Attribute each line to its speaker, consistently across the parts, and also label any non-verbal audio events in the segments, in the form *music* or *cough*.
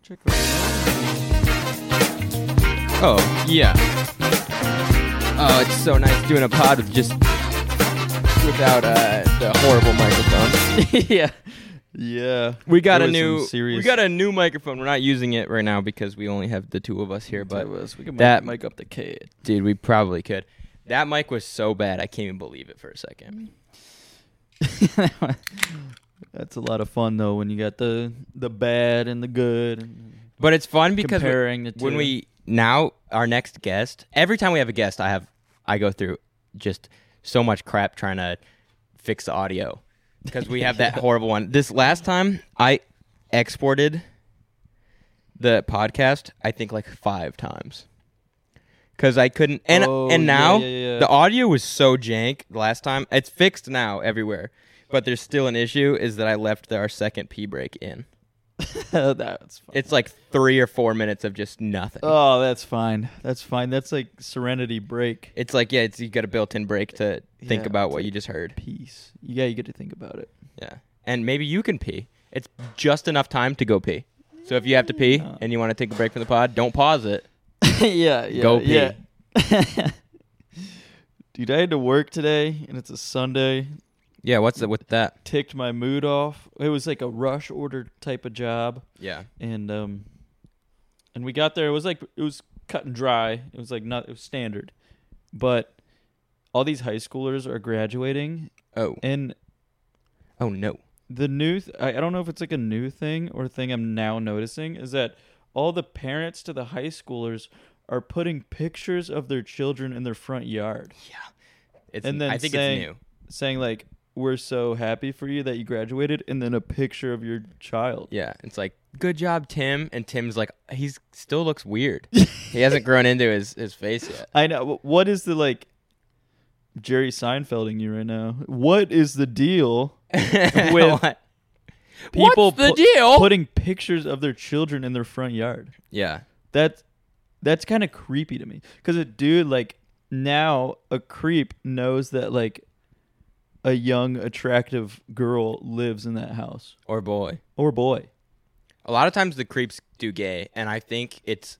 Speaker 1: Chick- Oh, yeah. Oh, it's so nice doing a pod with just without uh, the horrible microphone.
Speaker 2: *laughs* yeah. Yeah.
Speaker 1: We got
Speaker 2: There
Speaker 1: a
Speaker 2: was some
Speaker 1: new
Speaker 2: serious
Speaker 1: we got a new microphone. We're not using it right now because we only have the two of us here, but
Speaker 2: Tell us, we can
Speaker 1: that-
Speaker 2: that mic up the kid.
Speaker 1: dude, we probably could. That mic was so bad, I can't even believe it for a second.
Speaker 2: *laughs* That's a lot of fun though when you got the the bad and the good and *laughs*
Speaker 1: But it's fun because we-
Speaker 2: comparing the two.
Speaker 1: when we now our next guest every time we have a guest i have i go through just so much crap trying to fix the audio because we have
Speaker 2: *laughs*
Speaker 1: that horrible one this last time i exported the podcast i think like five times because i couldn't and
Speaker 2: Oh,
Speaker 1: and
Speaker 2: yeah,
Speaker 1: now
Speaker 2: yeah, yeah.
Speaker 1: the audio was so jank last time it's fixed now everywhere but there's still an issue is that i left our second p break in
Speaker 2: Oh, that's fine.
Speaker 1: it's like three or four minutes of just nothing
Speaker 2: oh, that's fine. That's fine. That's like serenity break.
Speaker 1: It's like yeah, it's you got a built-in break to think
Speaker 2: Yeah,
Speaker 1: about
Speaker 2: it's
Speaker 1: what
Speaker 2: like-
Speaker 1: you just heard.
Speaker 2: Peace. Yeah, you get to think about it. *laughs*
Speaker 1: Yeah, and maybe you can pee. It's just enough time to go pee. So if you have to pee
Speaker 2: Yeah.
Speaker 1: and you want to take a break from the pod, don't pause it.
Speaker 2: yeah, yeah.
Speaker 1: Go pee.
Speaker 2: Yeah. *laughs* Dude, I had to work today and it's a Sunday.
Speaker 1: Yeah, what's the, with that?
Speaker 2: Ticked my mood off. It was like a rush order type of job.
Speaker 1: Yeah,
Speaker 2: and um and we got there it was like it was cut and dry it was like not it was standard but all these high schoolers are graduating
Speaker 1: oh,
Speaker 2: and
Speaker 1: oh no,
Speaker 2: the new th- I, I don't know if it's like a new thing or thing i'm now noticing is that all the parents to the high schoolers are putting pictures of their children in their front yard
Speaker 1: it's
Speaker 2: And then
Speaker 1: I think
Speaker 2: saying-
Speaker 1: it's new.
Speaker 2: saying like we're so happy for you that you graduated and then a picture of your child
Speaker 1: Yeah, it's like good job, Tim, and Tim's like he's still looks weird. he hasn't grown into his his face yet.
Speaker 2: I know. Wh- What is the like Jerry Seinfelding you right now? What is the deal? With
Speaker 1: *laughs* What?
Speaker 2: People
Speaker 1: What's the
Speaker 2: pu-
Speaker 1: deal?
Speaker 2: Putting pictures of their children in their front yard.
Speaker 1: yeah,
Speaker 2: That that's kind of creepy to me. Cuz a dude like now a creep knows that like a young attractive girl lives in that house
Speaker 1: or boy.
Speaker 2: or
Speaker 1: *laughs*
Speaker 2: boy.
Speaker 1: A lot of times the creeps do gay, and I think it's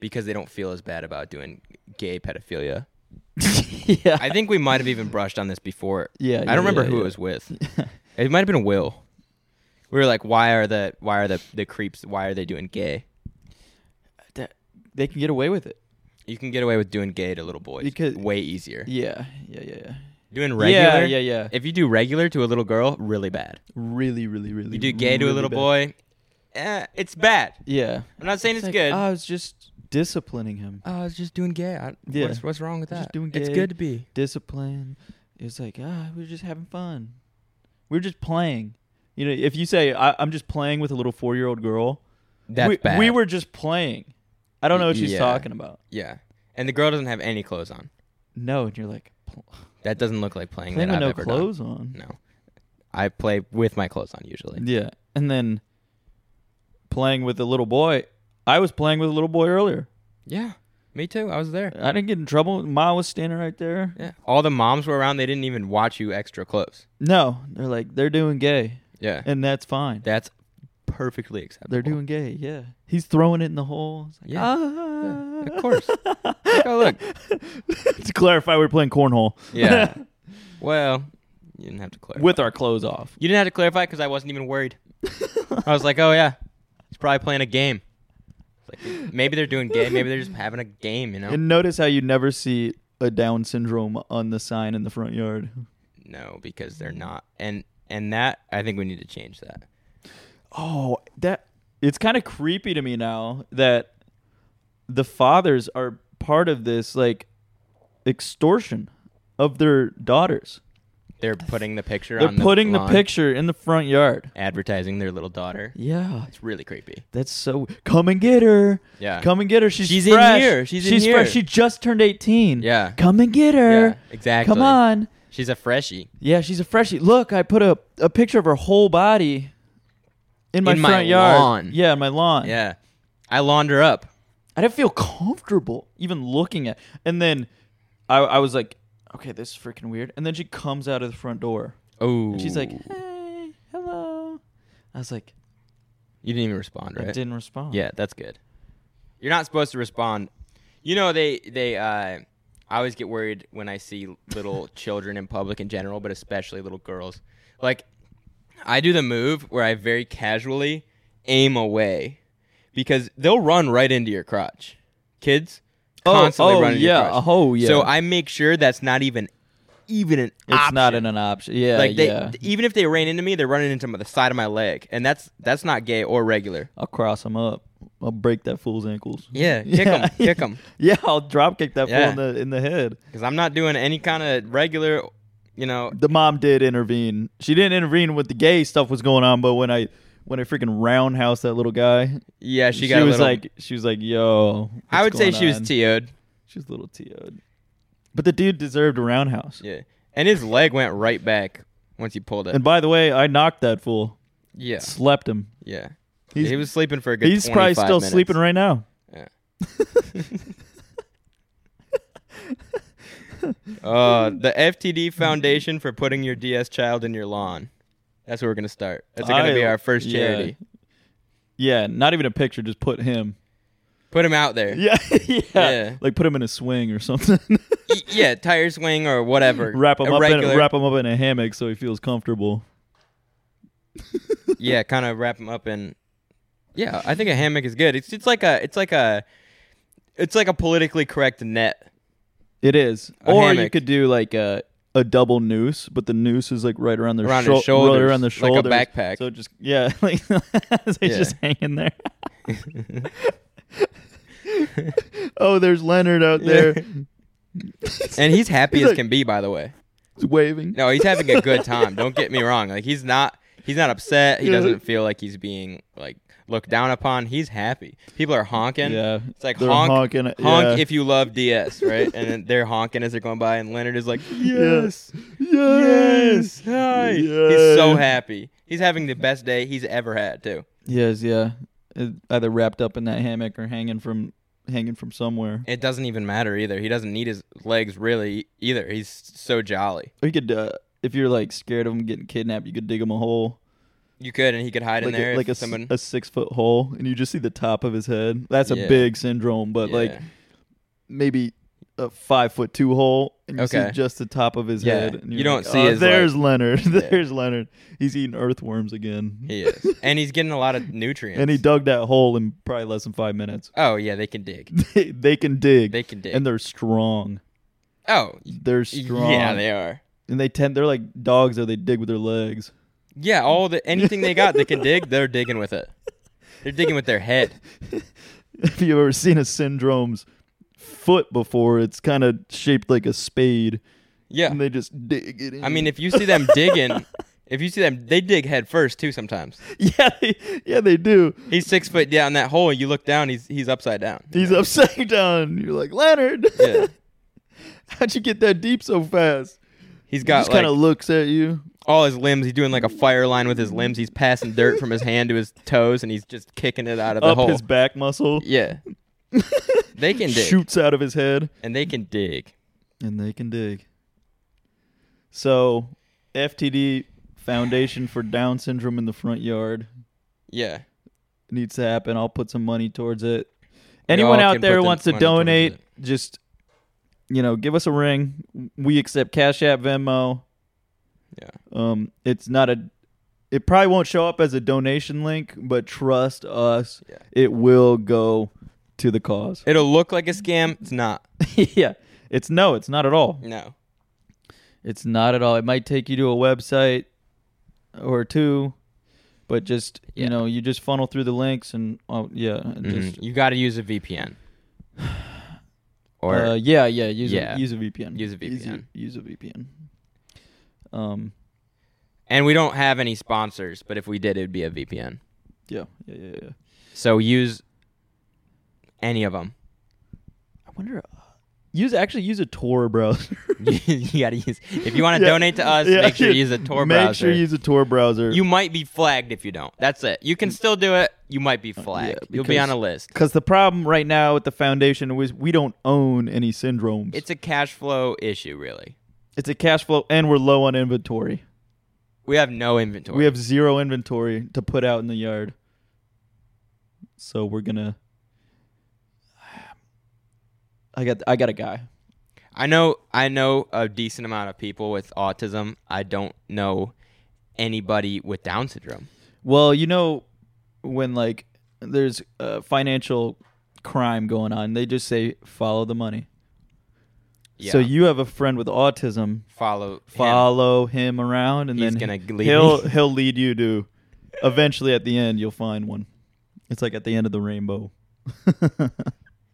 Speaker 1: because they don't feel as bad about doing gay pedophilia.
Speaker 2: yeah.
Speaker 1: I think we might have even brushed on this before.
Speaker 2: yeah.
Speaker 1: I
Speaker 2: yeah,
Speaker 1: don't remember
Speaker 2: yeah,
Speaker 1: who
Speaker 2: yeah.
Speaker 1: it was with.
Speaker 2: *laughs*
Speaker 1: It might have been Will. We were like, why are the why are the the creeps? Why are they doing gay?
Speaker 2: That- they can get away with it.
Speaker 1: You can get away with doing gay to little boys
Speaker 2: Because-
Speaker 1: way easier.
Speaker 2: Yeah. Yeah, yeah, yeah.
Speaker 1: Doing regular,
Speaker 2: Yeah, yeah, yeah.
Speaker 1: If you do regular to a little girl, really bad.
Speaker 2: Really, really, really.
Speaker 1: You do gay to a
Speaker 2: really
Speaker 1: little
Speaker 2: bad.
Speaker 1: boy, eh, it's bad.
Speaker 2: Yeah.
Speaker 1: I'm not saying it's,
Speaker 2: like,
Speaker 1: good.
Speaker 2: "Oh, I was just disciplining him.
Speaker 1: oh, I was just doing gay. I,
Speaker 2: Yeah.
Speaker 1: what's, what's wrong with that?
Speaker 2: Just doing
Speaker 1: It's
Speaker 2: gay.
Speaker 1: good to be.
Speaker 2: Discipline. It was like, ah, we were just having fun. We were just playing. You know, if you say I, I'm just playing with a little four year old girl,
Speaker 1: That's
Speaker 2: we,
Speaker 1: bad.
Speaker 2: we were just playing. I don't know what she's
Speaker 1: Yeah.
Speaker 2: talking about.
Speaker 1: yeah, and the girl doesn't have any clothes on.
Speaker 2: No, and you're like pl-
Speaker 1: That doesn't look like playing.
Speaker 2: playing
Speaker 1: that
Speaker 2: with
Speaker 1: I've
Speaker 2: no
Speaker 1: ever done.
Speaker 2: clothes on.
Speaker 1: No. I play with my clothes on usually.
Speaker 2: Yeah, and then playing with a little boy. I was playing with a little boy earlier.
Speaker 1: Yeah. Me too. I was there.
Speaker 2: I didn't get in trouble. Ma was standing right there.
Speaker 1: Yeah. All the moms were around. They didn't even watch you extra close.
Speaker 2: No, they're like they're doing gay,
Speaker 1: Yeah.
Speaker 2: and that's fine.
Speaker 1: That's perfectly acceptable.
Speaker 2: They're doing gay, yeah. He's throwing it in the hole. It's like,
Speaker 1: Yeah.
Speaker 2: "Ah."
Speaker 1: Of course. Look,
Speaker 2: *laughs*
Speaker 1: oh, look.
Speaker 2: to clarify, we're playing cornhole *laughs*
Speaker 1: Yeah. well, you didn't have to clarify.
Speaker 2: with our clothes off.
Speaker 1: you didn't have to clarify because I wasn't even worried. I was like, oh, yeah. He's probably playing a game. It's Like, maybe they're doing gay. Maybe they're just having a game, you know?
Speaker 2: And notice how you never see a Down syndrome on the sign in the front yard.
Speaker 1: no, because they're not. And and that, I think we need to change that.
Speaker 2: Oh, that it's kind of creepy to me now that the fathers are part of this like extortion of their daughters.
Speaker 1: They're putting the picture
Speaker 2: They're
Speaker 1: on
Speaker 2: putting the
Speaker 1: lawn,
Speaker 2: picture in the front yard.
Speaker 1: advertising their little daughter.
Speaker 2: Yeah,
Speaker 1: It's really creepy.
Speaker 2: that's so. Come and get her.
Speaker 1: Yeah.
Speaker 2: Come and get her. She's,
Speaker 1: She's in
Speaker 2: fresh.
Speaker 1: here. She's in here.
Speaker 2: fresh. She just turned 18.
Speaker 1: Yeah.
Speaker 2: Come and get her.
Speaker 1: Yeah, exactly.
Speaker 2: Come on.
Speaker 1: She's a freshie.
Speaker 2: Yeah, she's a freshie. Look, I put a, a picture of her whole body in my
Speaker 1: In my
Speaker 2: front yard.
Speaker 1: lawn.
Speaker 2: Yeah, in my lawn.
Speaker 1: Yeah. I lawned her up.
Speaker 2: I didn't feel comfortable even looking at. And then I, I was like, okay, this is freaking weird. And then she comes out of the front door.
Speaker 1: Oh.
Speaker 2: And she's like, hey, hello. I was like,
Speaker 1: You didn't even respond,
Speaker 2: I
Speaker 1: right?
Speaker 2: didn't respond.
Speaker 1: Yeah, that's good. You're not supposed to respond. You know they they uh I always get worried when I see
Speaker 2: *laughs*
Speaker 1: little children in public in general, but especially little girls. Like I do the move where I very casually aim away because they'll run right into your crotch. Kids
Speaker 2: Oh,
Speaker 1: constantly
Speaker 2: oh,
Speaker 1: run into
Speaker 2: yeah.
Speaker 1: your crotch.
Speaker 2: Oh, yeah.
Speaker 1: So I make sure that's not even even an
Speaker 2: It's not
Speaker 1: option.
Speaker 2: an, an option. Yeah,
Speaker 1: like they
Speaker 2: yeah.
Speaker 1: even if they ran into me, they're running into the side of my leg, and that's that's not gay or regular.
Speaker 2: I'll cross him up. I'll break that
Speaker 1: *laughs*
Speaker 2: fool's ankles. *laughs*
Speaker 1: Yeah, kick
Speaker 2: Yeah.
Speaker 1: 'em, kick 'em.
Speaker 2: yeah, I'll drop kick that
Speaker 1: Yeah.
Speaker 2: fool in the in the head.
Speaker 1: Because I'm not doing any kind of regular, you know.
Speaker 2: The mom did intervene. She didn't intervene when the gay stuff was going on, but when I when I freaking roundhouse that little guy,
Speaker 1: Yeah, she got. a
Speaker 2: was
Speaker 1: little,
Speaker 2: like, she was like, yo.
Speaker 1: I would
Speaker 2: what's
Speaker 1: say
Speaker 2: going
Speaker 1: she was
Speaker 2: on?"
Speaker 1: to'd.
Speaker 2: She was a little TO'd. But the dude deserved a roundhouse.
Speaker 1: Yeah, and his leg went right back once he pulled it.
Speaker 2: And by the way, I knocked that fool.
Speaker 1: yeah,
Speaker 2: Slept him.
Speaker 1: yeah.
Speaker 2: He's-
Speaker 1: he was sleeping for a good.
Speaker 2: He's probably
Speaker 1: 25
Speaker 2: still
Speaker 1: minutes.
Speaker 2: sleeping right now.
Speaker 1: Uh, the FTD Foundation for putting your DS child in your lawn. That's where we're gonna start. That's gonna
Speaker 2: I-
Speaker 1: be our first
Speaker 2: yeah.
Speaker 1: charity.
Speaker 2: Yeah, not even a picture, just put him.
Speaker 1: Put him out *laughs* there.
Speaker 2: Yeah, *laughs* yeah.
Speaker 1: Yeah.
Speaker 2: Like put him in a swing or something. *laughs*
Speaker 1: Y- yeah, tire swing or whatever.
Speaker 2: wrap him
Speaker 1: A
Speaker 2: up in
Speaker 1: regular-
Speaker 2: wrap him up in a hammock so he feels comfortable.
Speaker 1: yeah, kind of wrap him up in. Yeah, I think a hammock is good. It's it's like a it's like a it's like a politically correct net.
Speaker 2: It is.
Speaker 1: A
Speaker 2: or you
Speaker 1: hammock.
Speaker 2: could do like a a double noose, but the noose is like right around their
Speaker 1: Around
Speaker 2: shou-
Speaker 1: his shoulders,
Speaker 2: right around their
Speaker 1: like a
Speaker 2: shoulders.
Speaker 1: backpack.
Speaker 2: So it just yeah, *laughs* like so it's
Speaker 1: Yeah.
Speaker 2: just
Speaker 1: *laughs*
Speaker 2: hanging there. oh, there's Leonard out there
Speaker 1: And he's happy
Speaker 2: He's
Speaker 1: as
Speaker 2: like-
Speaker 1: can be, by the way.
Speaker 2: waving.
Speaker 1: No, he's having a good time. Don't get me wrong. Like he's not he's not upset. He
Speaker 2: Yeah.
Speaker 1: doesn't feel like he's being like looked down upon. He's happy. People are honking.
Speaker 2: Yeah.
Speaker 1: It's like
Speaker 2: They're
Speaker 1: honk, honk
Speaker 2: honking, it, yeah.
Speaker 1: if you love DS, right? and then they're honking as they're going by, and Leonard is
Speaker 2: *laughs*
Speaker 1: like,
Speaker 2: Yes.
Speaker 1: yes, hi. He's so
Speaker 2: Yeah.
Speaker 1: happy. He's having the best day he's ever had too.
Speaker 2: Yes, yeah. It- either wrapped up in that hammock or hanging from hanging from somewhere.
Speaker 1: It doesn't even matter either. He doesn't need his legs really either. He's so jolly.
Speaker 2: Or you could, uh, if you're like scared of him getting kidnapped, you could dig him a hole,
Speaker 1: You could, and he could hide
Speaker 2: like
Speaker 1: in there.
Speaker 2: a, like a, s-
Speaker 1: someone,
Speaker 2: a six foot hole, and you just see the top of his head. That's
Speaker 1: Yeah.
Speaker 2: a big syndrome, but like
Speaker 1: Yeah.
Speaker 2: maybe a five foot two hole, and you
Speaker 1: Okay.
Speaker 2: see just the top of his
Speaker 1: Yeah.
Speaker 2: head. And
Speaker 1: You
Speaker 2: you're
Speaker 1: don't
Speaker 2: like,
Speaker 1: see
Speaker 2: "Oh,
Speaker 1: his, like-
Speaker 2: There's Leonard. *laughs* there's Leonard. He's eating earthworms again,
Speaker 1: he is,
Speaker 2: *laughs*
Speaker 1: and he's getting a lot of nutrients.
Speaker 2: and he dug that hole in probably less than five minutes. *laughs*
Speaker 1: oh yeah, they can dig.
Speaker 2: they, they can dig.
Speaker 1: They can dig.
Speaker 2: and they're strong.
Speaker 1: oh,
Speaker 2: They're strong.
Speaker 1: yeah, they are.
Speaker 2: and they tend they're like dogs though they dig with their legs. *laughs*
Speaker 1: Yeah, all the anything they got, they can dig. They're digging with it. They're digging with their head.
Speaker 2: if you've ever seen a syndrome's foot before, it's kind of shaped like a spade,
Speaker 1: Yeah,
Speaker 2: and they just dig it in.
Speaker 1: I mean, if you see them digging, if you see them, they dig head first too. Sometimes
Speaker 2: *laughs* yeah, they, yeah, they do.
Speaker 1: he's six foot down that hole, and you look down, he's he's upside down.
Speaker 2: He's upside *laughs* down. You're like Leonard. *laughs*
Speaker 1: Yeah,
Speaker 2: How'd you get that deep so fast?
Speaker 1: he's
Speaker 2: He
Speaker 1: got
Speaker 2: just
Speaker 1: like
Speaker 2: kind of looks at you.
Speaker 1: all his limbs. He's doing like
Speaker 2: Mm.
Speaker 1: a fire line with his limbs. He's passing dirt from his hand to
Speaker 2: *laughs*
Speaker 1: his toes, and he's just kicking it out of the
Speaker 2: Up
Speaker 1: hole.
Speaker 2: his back muscle *laughs*
Speaker 1: yeah, they can dig,
Speaker 2: shoots out of his head,
Speaker 1: and they can dig.
Speaker 2: and they can dig. So, FTD Foundation for Down Syndrome in the front yard.
Speaker 1: Yeah,
Speaker 2: needs to happen. I'll put some money towards it.
Speaker 1: We
Speaker 2: Anyone
Speaker 1: all
Speaker 2: out
Speaker 1: can
Speaker 2: there
Speaker 1: put
Speaker 2: who
Speaker 1: the
Speaker 2: wants to
Speaker 1: money towards
Speaker 2: donate,
Speaker 1: it.
Speaker 2: just you know, give us a ring. We accept Cash App, Venmo.
Speaker 1: Yeah.
Speaker 2: Um, it's not a. It probably won't show up as a donation link, but trust us,
Speaker 1: Yeah.
Speaker 2: it will go to
Speaker 1: *laughs*
Speaker 2: the cause.
Speaker 1: it'll look like a scam. It's not.
Speaker 2: yeah. It's no, it's not at all.
Speaker 1: No.
Speaker 2: It's not at all. It might take you to a website or two, but just
Speaker 1: Yeah.
Speaker 2: you know, you just funnel through the links and oh yeah, and just
Speaker 1: Mhm. You got to use a VPN.
Speaker 2: *sighs*
Speaker 1: Or
Speaker 2: uh, yeah, yeah, use
Speaker 1: Yeah.
Speaker 2: A, use a VPN,
Speaker 1: Use a
Speaker 2: use a,
Speaker 1: VPN.
Speaker 2: use a VPN. Um,
Speaker 1: and we don't have any sponsors, but if we did, it'd be a VPN.
Speaker 2: yeah, yeah, yeah, yeah.
Speaker 1: So use any of them.
Speaker 2: I wonder. Uh, use actually use a Tor browser.
Speaker 1: *laughs* you gotta use if you want to
Speaker 2: Yeah.
Speaker 1: donate to us.
Speaker 2: *laughs* Yeah.
Speaker 1: Make sure you use a Tor
Speaker 2: Make
Speaker 1: browser.
Speaker 2: sure you use a Tor browser.
Speaker 1: You might be flagged if you don't. That's it. You can still do it. You might be flagged. You'll be on
Speaker 2: Uh, because-
Speaker 1: a list.
Speaker 2: because the problem right now with the foundation was we don't own any syndromes.
Speaker 1: It's a cash flow issue, really.
Speaker 2: it's a cash flow, and we're low on inventory.
Speaker 1: We have no inventory.
Speaker 2: We have zero inventory to put out in the yard. So we're gonna. *sighs* I got I got a guy.
Speaker 1: I know I know a decent amount of people with autism. I don't know anybody with Down syndrome.
Speaker 2: Well, you know, when like there's uh, financial crime going on, they just say follow the money.
Speaker 1: Yeah.
Speaker 2: So you have a friend with autism.
Speaker 1: follow him.
Speaker 2: Follow him, around, and
Speaker 1: He's
Speaker 2: then
Speaker 1: gonna
Speaker 2: he-
Speaker 1: lead
Speaker 2: he'll
Speaker 1: me.
Speaker 2: he'll lead you to. Eventually, at the end, you'll find one. It's like at the end of the rainbow. *laughs*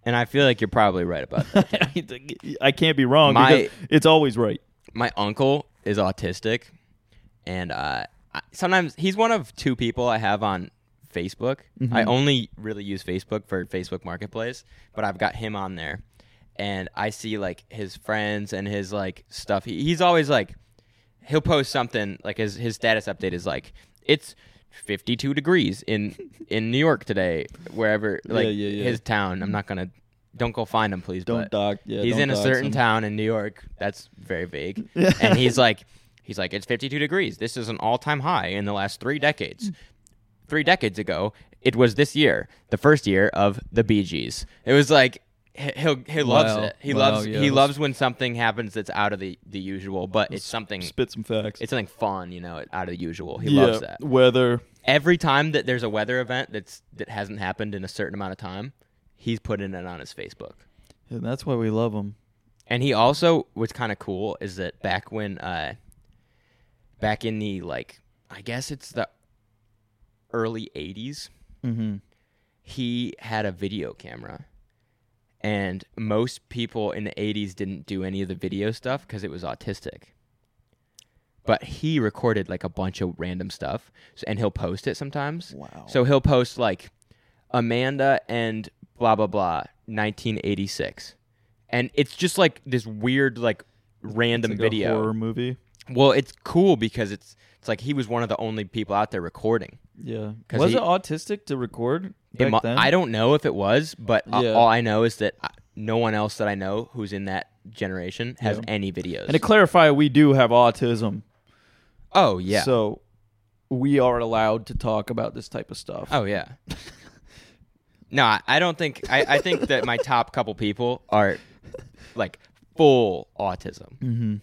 Speaker 1: And I feel like you're probably right about that.
Speaker 2: *laughs* I can't be wrong
Speaker 1: My-
Speaker 2: because it's always right.
Speaker 1: my uncle is autistic, and uh, I, sometimes he's one of two people I have on Facebook.
Speaker 2: Mm-hmm.
Speaker 1: I only really use Facebook for Facebook Marketplace, but I've got him on there, and I see like his friends and his like stuff. He, he's always like, he'll post something like his his status update is like it's. 52 degrees
Speaker 2: *laughs*
Speaker 1: in in New York today wherever like
Speaker 2: yeah, yeah.
Speaker 1: his town I'm not going to don't go find him please
Speaker 2: Don't
Speaker 1: but-
Speaker 2: dock. Yeah,
Speaker 1: he's
Speaker 2: don't
Speaker 1: in a
Speaker 2: dox
Speaker 1: certain
Speaker 2: him.
Speaker 1: town in New York. That's very vague. and he's like, he's like, it's 52 degrees. This is an all-time high in the last three decades. Three decades ago, it was this year, the first year of the Bee Gees. It was like he- he'll he loves
Speaker 2: Wow.
Speaker 1: it. He
Speaker 2: Wow,
Speaker 1: loves
Speaker 2: yeah,
Speaker 1: he
Speaker 2: that's-
Speaker 1: loves when something happens that's out of the the usual, but it's something
Speaker 2: Spit some facts.
Speaker 1: it's something fun, you know, out of the usual. He
Speaker 2: yeah,
Speaker 1: loves that.
Speaker 2: weather.
Speaker 1: Every time that there's a weather event that's that hasn't happened in a certain amount of time, he's putting it on his Facebook.
Speaker 2: Yeah, that's why we love him.
Speaker 1: And he also what's kind of cool is that back when uh back in the like I guess it's the early 80s,
Speaker 2: Mm-hmm.
Speaker 1: he had a video camera. And most people in the 80s didn't do any of the video stuff cuz it was autistic. But he recorded like a bunch of random stuff so, and he'll post it sometimes.
Speaker 2: Wow.
Speaker 1: So he'll post like Amanda and blah blah blah 1986. And it's just like this weird like random
Speaker 2: Like a
Speaker 1: video.
Speaker 2: horror movie.
Speaker 1: Well, it's cool because it's it's like he was one of the only people out there recording.
Speaker 2: Yeah.
Speaker 1: 'Cause
Speaker 2: Was
Speaker 1: he-
Speaker 2: it autistic to record
Speaker 1: It
Speaker 2: back
Speaker 1: mu-
Speaker 2: then?
Speaker 1: I don't know if it was, but uh,
Speaker 2: Yeah.
Speaker 1: all I know is that I, no one else that I know who's in that generation has
Speaker 2: Yeah.
Speaker 1: any videos.
Speaker 2: And to clarify, we do have autism.
Speaker 1: oh yeah.
Speaker 2: So we are allowed to talk about this type of stuff.
Speaker 1: oh
Speaker 2: *laughs*
Speaker 1: yeah. no, I, I don't think I, I think that my top couple people are like full autism.
Speaker 2: Mm-hmm.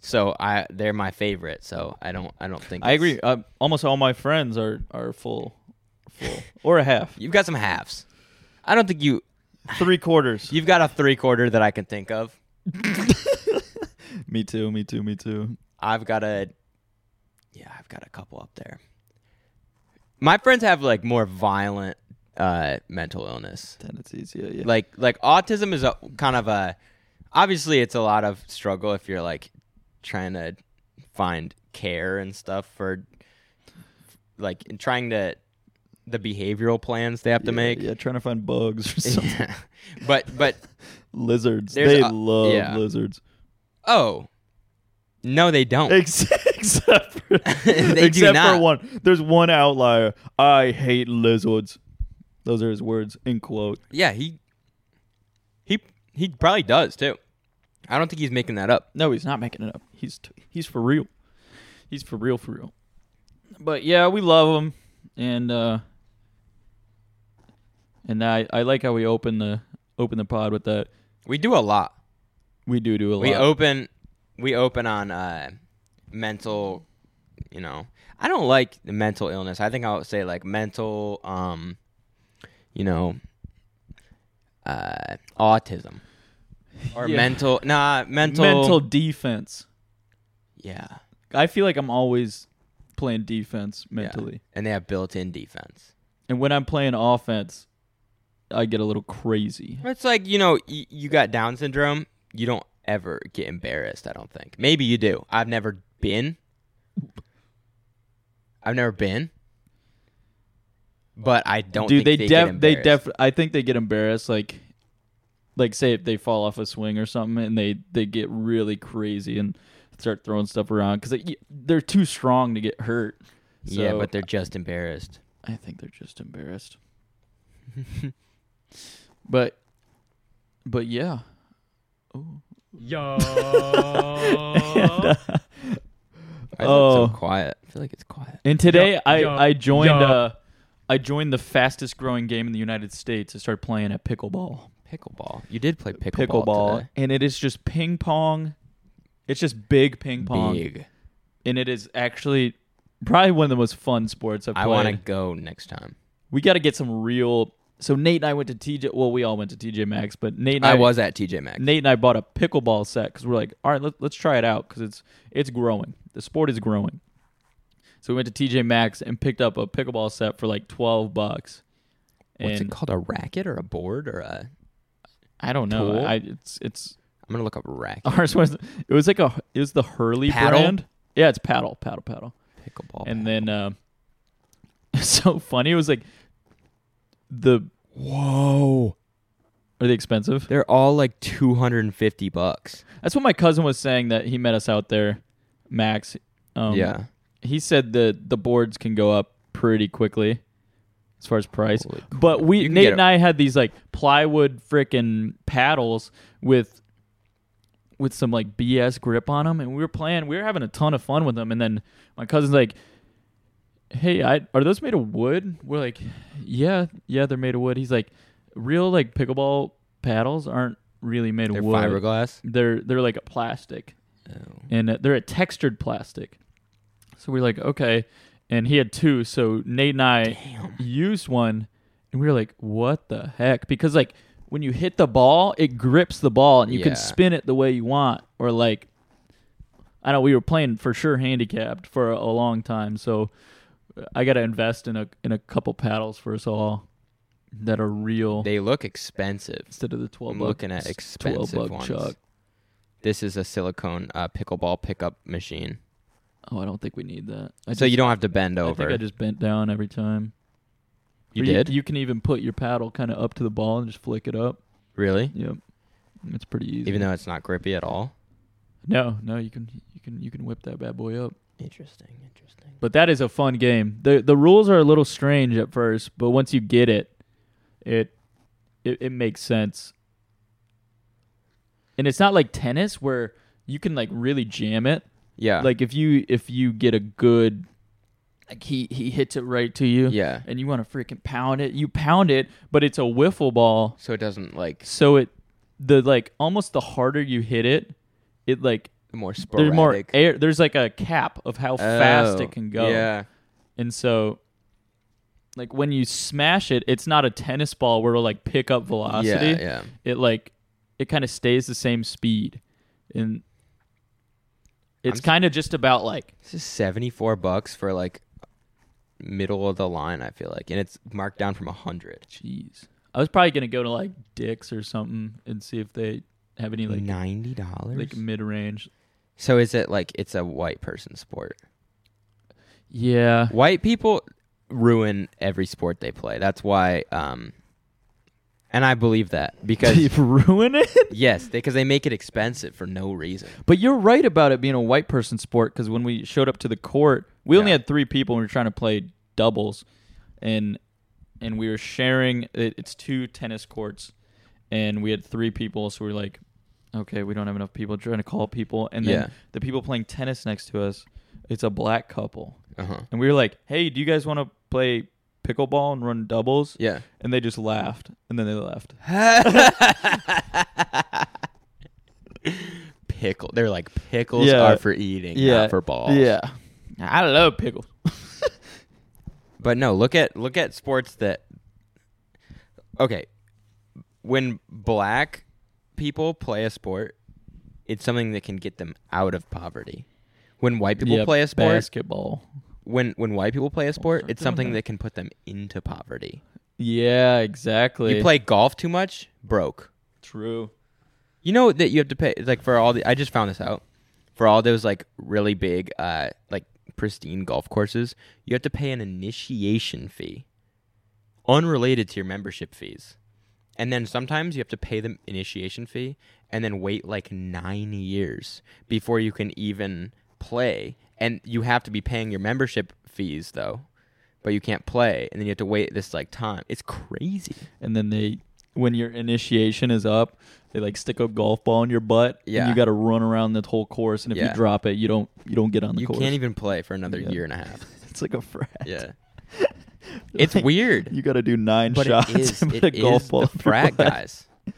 Speaker 1: So I they're my favorite. So I don't I don't think
Speaker 2: I
Speaker 1: it's-
Speaker 2: agree. Uh, almost all my friends are are full, full *laughs* or a
Speaker 1: *laughs*
Speaker 2: half,
Speaker 1: You've got some halves. I don't think you
Speaker 2: three quarters.
Speaker 1: you've got a three quarter that I can think of.
Speaker 2: me too. Me too. Me too.
Speaker 1: I've got a yeah I've got a couple up there. My friends have like more violent uh, mental illness.
Speaker 2: Tendencies. Yeah. Yeah.
Speaker 1: Like like autism is a kind of a obviously it's a lot of struggle if you're like trying to find care and stuff for like trying to the behavioral plans they have to
Speaker 2: yeah,
Speaker 1: make.
Speaker 2: Yeah. Trying to find
Speaker 1: *laughs*
Speaker 2: bugs or something.
Speaker 1: Yeah. but but
Speaker 2: lizards.
Speaker 1: There's
Speaker 2: they
Speaker 1: a-
Speaker 2: love
Speaker 1: yeah.
Speaker 2: lizards.
Speaker 1: oh no they don't
Speaker 2: Ex- *laughs*
Speaker 1: *laughs*
Speaker 2: except for,
Speaker 1: do
Speaker 2: except
Speaker 1: not.
Speaker 2: for one. There's one outlier. I hate lizards. Those are his words in quote.
Speaker 1: yeah he he he probably does too i don't think he's making that up
Speaker 2: No, he's not making it up. He's t- he's for real. He's for real, for real. But yeah, we love him, and uh, and I I like how we open the open the pod with that.
Speaker 1: we do a lot
Speaker 2: We do do a lot.
Speaker 1: we open we open on uh mental you know i don't like the mental illness i think i'll say like mental um you know uh autism or
Speaker 2: Yeah.
Speaker 1: mental nah mental
Speaker 2: mental defense.
Speaker 1: yeah
Speaker 2: I feel like I'm always playing defense mentally,
Speaker 1: and they have built-in defense
Speaker 2: and when I'm playing offense, I get a little crazy.
Speaker 1: It's like you know, y- you got Down syndrome. You don't ever get embarrassed. I don't think. Maybe you do. I've never been. I've never been. But I don't.
Speaker 2: Dude, they
Speaker 1: think
Speaker 2: def
Speaker 1: get
Speaker 2: they
Speaker 1: embarrassed.
Speaker 2: def I think they get embarrassed like like say if they fall off a swing or something and they they get really crazy and start throwing stuff around cuz they're too strong to get hurt.
Speaker 1: yeah,
Speaker 2: So,
Speaker 1: but they're just embarrassed.
Speaker 2: I think they're just embarrassed. *laughs* but but yeah. *laughs*
Speaker 3: Yo.
Speaker 1: Why is it so
Speaker 2: Oh.
Speaker 1: quiet. I feel like it's quiet.
Speaker 2: And today
Speaker 3: Yo-
Speaker 2: I
Speaker 3: yo-
Speaker 2: I joined
Speaker 3: yo.
Speaker 2: uh I joined the fastest growing game in the United States. I started playing at pickleball.
Speaker 1: Pickleball. You did play pickleball.
Speaker 2: Pickleball,
Speaker 1: today.
Speaker 2: and it is just ping pong. It's just big ping pong,
Speaker 1: Big.
Speaker 2: and it is actually probably one of the most fun sports I've
Speaker 1: I
Speaker 2: played.
Speaker 1: want to go next time.
Speaker 2: we got to get some real. So Nate and I went to TJ. Well, we all went to TJ Maxx, but Nate and I,
Speaker 1: I was at TJ Maxx.
Speaker 2: Nate and I bought a pickleball set because we're like, all right, let, let's try it out because it's it's growing. The sport is growing. So we went to TJ Maxx and picked up a pickleball set for like twelve bucks.
Speaker 1: What's it
Speaker 2: And
Speaker 1: called? A racket or a board or a?
Speaker 2: I don't know.
Speaker 1: Tool?
Speaker 2: I, it's it's
Speaker 1: I'm gonna look up racket.
Speaker 2: *laughs* ours was it was like a it was the Hurley
Speaker 1: Paddle? Oh,
Speaker 2: brand. Yeah, it's paddle, paddle, paddle.
Speaker 1: Pickleball.
Speaker 2: Oh. and then uh, *laughs* so funny. It was like the
Speaker 1: whoa,
Speaker 2: are they expensive?
Speaker 1: they're all like 250 bucks.
Speaker 2: That's what my cousin was saying that he met us out there, Max. Um,
Speaker 1: yeah.
Speaker 2: he said the the boards can go up pretty quickly as far as price.
Speaker 1: Holy crap.
Speaker 2: But we
Speaker 1: You can
Speaker 2: Nate
Speaker 1: get
Speaker 2: and
Speaker 1: a-
Speaker 2: I had these like plywood frickin' paddles with with some like BS grip on them, and we were playing. We were having a ton of fun with them, and then my cousin's like, "Hey, I, are those made of wood?" We're like, "Yeah, yeah, they're made of wood." He's like, "Real like pickleball paddles aren't really made of
Speaker 1: They're
Speaker 2: wood.
Speaker 1: fiberglass.
Speaker 2: They're they're like a plastic." and uh, they're a textured plastic. So we're like, okay. And he had two, so Nate and I used one, and we were like, what the heck? Because like when you hit the ball, it grips the ball, and you
Speaker 1: Yeah.
Speaker 2: can spin it the way you want, or like, I know we were playing for sure handicapped for a, a long time, so I got to invest in a in a couple paddles for us all that are real
Speaker 1: They look expensive.
Speaker 2: instead of the twelve.
Speaker 1: I'm
Speaker 2: buck-
Speaker 1: looking at expensive
Speaker 2: twelve buck
Speaker 1: ones.
Speaker 2: chuck.
Speaker 1: This is a silicone uh, pickleball pickup machine,
Speaker 2: Oh, I don't think we need that. I
Speaker 1: so you
Speaker 2: just-
Speaker 1: don't have to bend
Speaker 2: I think I
Speaker 1: over.
Speaker 2: just bent down every time.
Speaker 1: you
Speaker 2: Or
Speaker 1: did
Speaker 2: You, can even put your paddle kind of up to the ball and just flick it up.
Speaker 1: really,
Speaker 2: Yep, it's pretty easy.
Speaker 1: even though it's not grippy at all.
Speaker 2: no, no, you can you can you can whip that bad boy up.
Speaker 1: Interesting. Interesting.
Speaker 2: But that is a fun game. the The rules are a little strange at first, but once you get it, it it, it makes sense. And it's not like tennis where you can like really jam it.
Speaker 1: Yeah.
Speaker 2: Like if you if you get a good, like he he hits it right to you,
Speaker 1: yeah.
Speaker 2: and you want to freaking pound it, you pound it, but it's a wiffle ball.
Speaker 1: So it doesn't like
Speaker 2: so it the like almost the harder you hit it it like
Speaker 1: the more sporadic.
Speaker 2: there's more air there's like a cap of how fast
Speaker 1: Oh,
Speaker 2: it can go
Speaker 1: Yeah.
Speaker 2: and so like when you smash it it's not a tennis ball where it'll like pick up velocity
Speaker 1: Yeah. Yeah.
Speaker 2: it like it kind of stays the same speed and it's
Speaker 1: s-
Speaker 2: kind of just about like
Speaker 1: This is 74 bucks for like middle of the line, I feel like. And it's marked down from 100.
Speaker 2: jeez i was probably gonna go to like dicks or something and see if they have any like
Speaker 1: $90?
Speaker 2: like mid-range
Speaker 1: so is it like it's a white person sport?
Speaker 2: yeah
Speaker 1: White people ruin every sport they play. That's why um and I believe that
Speaker 2: *laughs*
Speaker 1: because
Speaker 2: ruin it
Speaker 1: yes, because they make it expensive for no reason.
Speaker 2: But you're right about it being a white person sport because when we showed up to the court, we only
Speaker 1: Yeah.
Speaker 2: had three people and we were trying to play doubles, and and we were sharing. It, it's two tennis courts, and we had three people, so we are like, okay, we don't have enough people. Trying to call people, and then
Speaker 1: Yeah.
Speaker 2: the people playing tennis next to us, it's a black couple,
Speaker 1: Uh-huh.
Speaker 2: and we were like, hey, do you guys want to play pickleball and run doubles? *laughs*
Speaker 1: Yeah. *laughs*
Speaker 2: And they just laughed, and then they left.
Speaker 1: Pickle. They're like pickles
Speaker 2: Yeah.
Speaker 1: are for eating, not for balls.
Speaker 2: Yeah, I love pickles.
Speaker 1: But no, look at look at sports that Okay. When black people play a sport, it's something that can get them out of poverty. When white people
Speaker 2: Yeah,
Speaker 1: play a sport,
Speaker 2: basketball.
Speaker 1: when when white people play a sport,
Speaker 2: start
Speaker 1: it's
Speaker 2: doing
Speaker 1: something
Speaker 2: that.
Speaker 1: that can put them into poverty.
Speaker 2: Yeah, exactly.
Speaker 1: You play golf too much, broke.
Speaker 2: true.
Speaker 1: You know that you have to pay like for all the I just found this out. For all those like really big uh like pristine golf courses, you have to pay an initiation fee unrelated to your membership fees. And then sometimes you have to pay the initiation fee and then wait like 9 years before you can even play and you have to be paying your membership fees though. But you can't play and then you have to wait this like time. It's crazy.
Speaker 2: And then they, when your initiation is up, they like stick a golf ball in your butt. And
Speaker 1: Yeah.
Speaker 2: you got to run around the whole course, and if
Speaker 1: Yeah.
Speaker 2: you drop it, you don't you don't get on the
Speaker 1: You
Speaker 2: course.
Speaker 1: can't even play for another
Speaker 2: *laughs* Yeah.
Speaker 1: year and a half.
Speaker 2: it's like a frat.
Speaker 1: Yeah.
Speaker 2: *laughs*
Speaker 1: It's
Speaker 2: Like,
Speaker 1: weird.
Speaker 2: You got to do nine
Speaker 1: but
Speaker 2: shots
Speaker 1: it
Speaker 2: *laughs*
Speaker 1: is,
Speaker 2: and
Speaker 1: it
Speaker 2: put a golf
Speaker 1: is
Speaker 2: ball.
Speaker 1: the
Speaker 2: up your
Speaker 1: frat
Speaker 2: butt.
Speaker 1: guys.
Speaker 2: *laughs*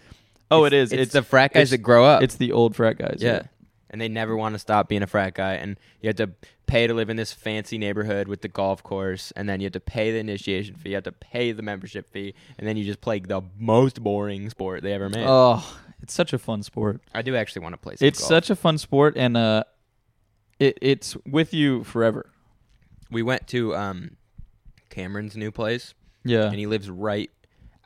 Speaker 2: Oh, it is.
Speaker 1: It's, the frat guys that grow up.
Speaker 2: It's the old frat guys.
Speaker 1: yeah. And they never want to stop being a frat guy. And you have to pay to live in this fancy neighborhood with the golf course. And then you have to pay the initiation fee. You have to pay the membership fee. And then you just play the most boring sport they ever made.
Speaker 2: Oh, it's such a fun sport.
Speaker 1: I do actually want to play some
Speaker 2: It's
Speaker 1: golf.
Speaker 2: such a fun sport, and uh, it it's with you forever.
Speaker 1: we went to um, Cameron's new place.
Speaker 2: Yeah.
Speaker 1: And he lives right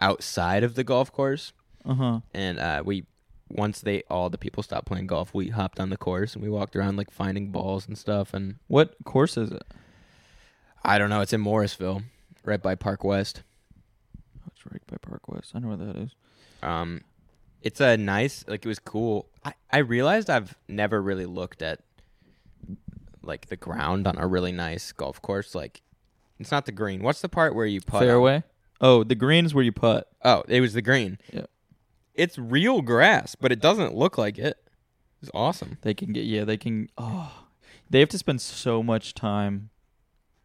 Speaker 1: outside of the golf course.
Speaker 2: Uh huh.
Speaker 1: and uh, we once they all the people stopped playing golf, we hopped on the course and we walked around like finding balls and stuff. And
Speaker 2: What course is it?
Speaker 1: I don't know, it's in Morrisville, right by Park West.
Speaker 2: Oh, it's right by Park West. I know where that is.
Speaker 1: Um, it's a nice, like it was cool. I I realized I've never really looked at like the ground on a really nice golf course. Like it's not the green. What's the part where you putt? on?
Speaker 2: Fairway. Oh, the green's where you putt.
Speaker 1: Oh, it was the green.
Speaker 2: Yeah.
Speaker 1: It's real grass, but it doesn't look like it. It's awesome.
Speaker 2: They can get yeah. They can. Oh, they have to spend so much time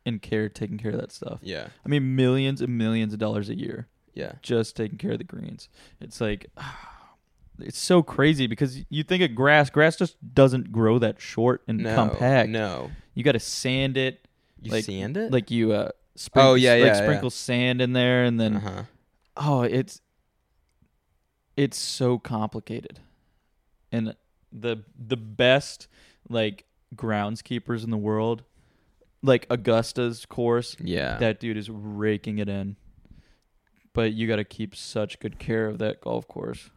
Speaker 2: and care taking care of that stuff.
Speaker 1: Yeah.
Speaker 2: I mean, millions and millions of dollars a year
Speaker 1: Yeah.
Speaker 2: just taking care of the greens. It's like *sighs* it's so crazy because you think of grass. Grass just doesn't grow that short and
Speaker 1: No.
Speaker 2: compact.
Speaker 1: No.
Speaker 2: You got to sand it.
Speaker 1: You
Speaker 2: like,
Speaker 1: sand it?
Speaker 2: Like you. Uh, sprinkle,
Speaker 1: Oh, yeah, yeah,
Speaker 2: like
Speaker 1: yeah.
Speaker 2: sprinkle sand in there, and then
Speaker 1: uh-huh.
Speaker 2: oh it's it's so complicated and the the best like groundskeepers in the world like augusta's course
Speaker 1: Yeah.
Speaker 2: that dude is raking it in but you got to keep such good care of that golf course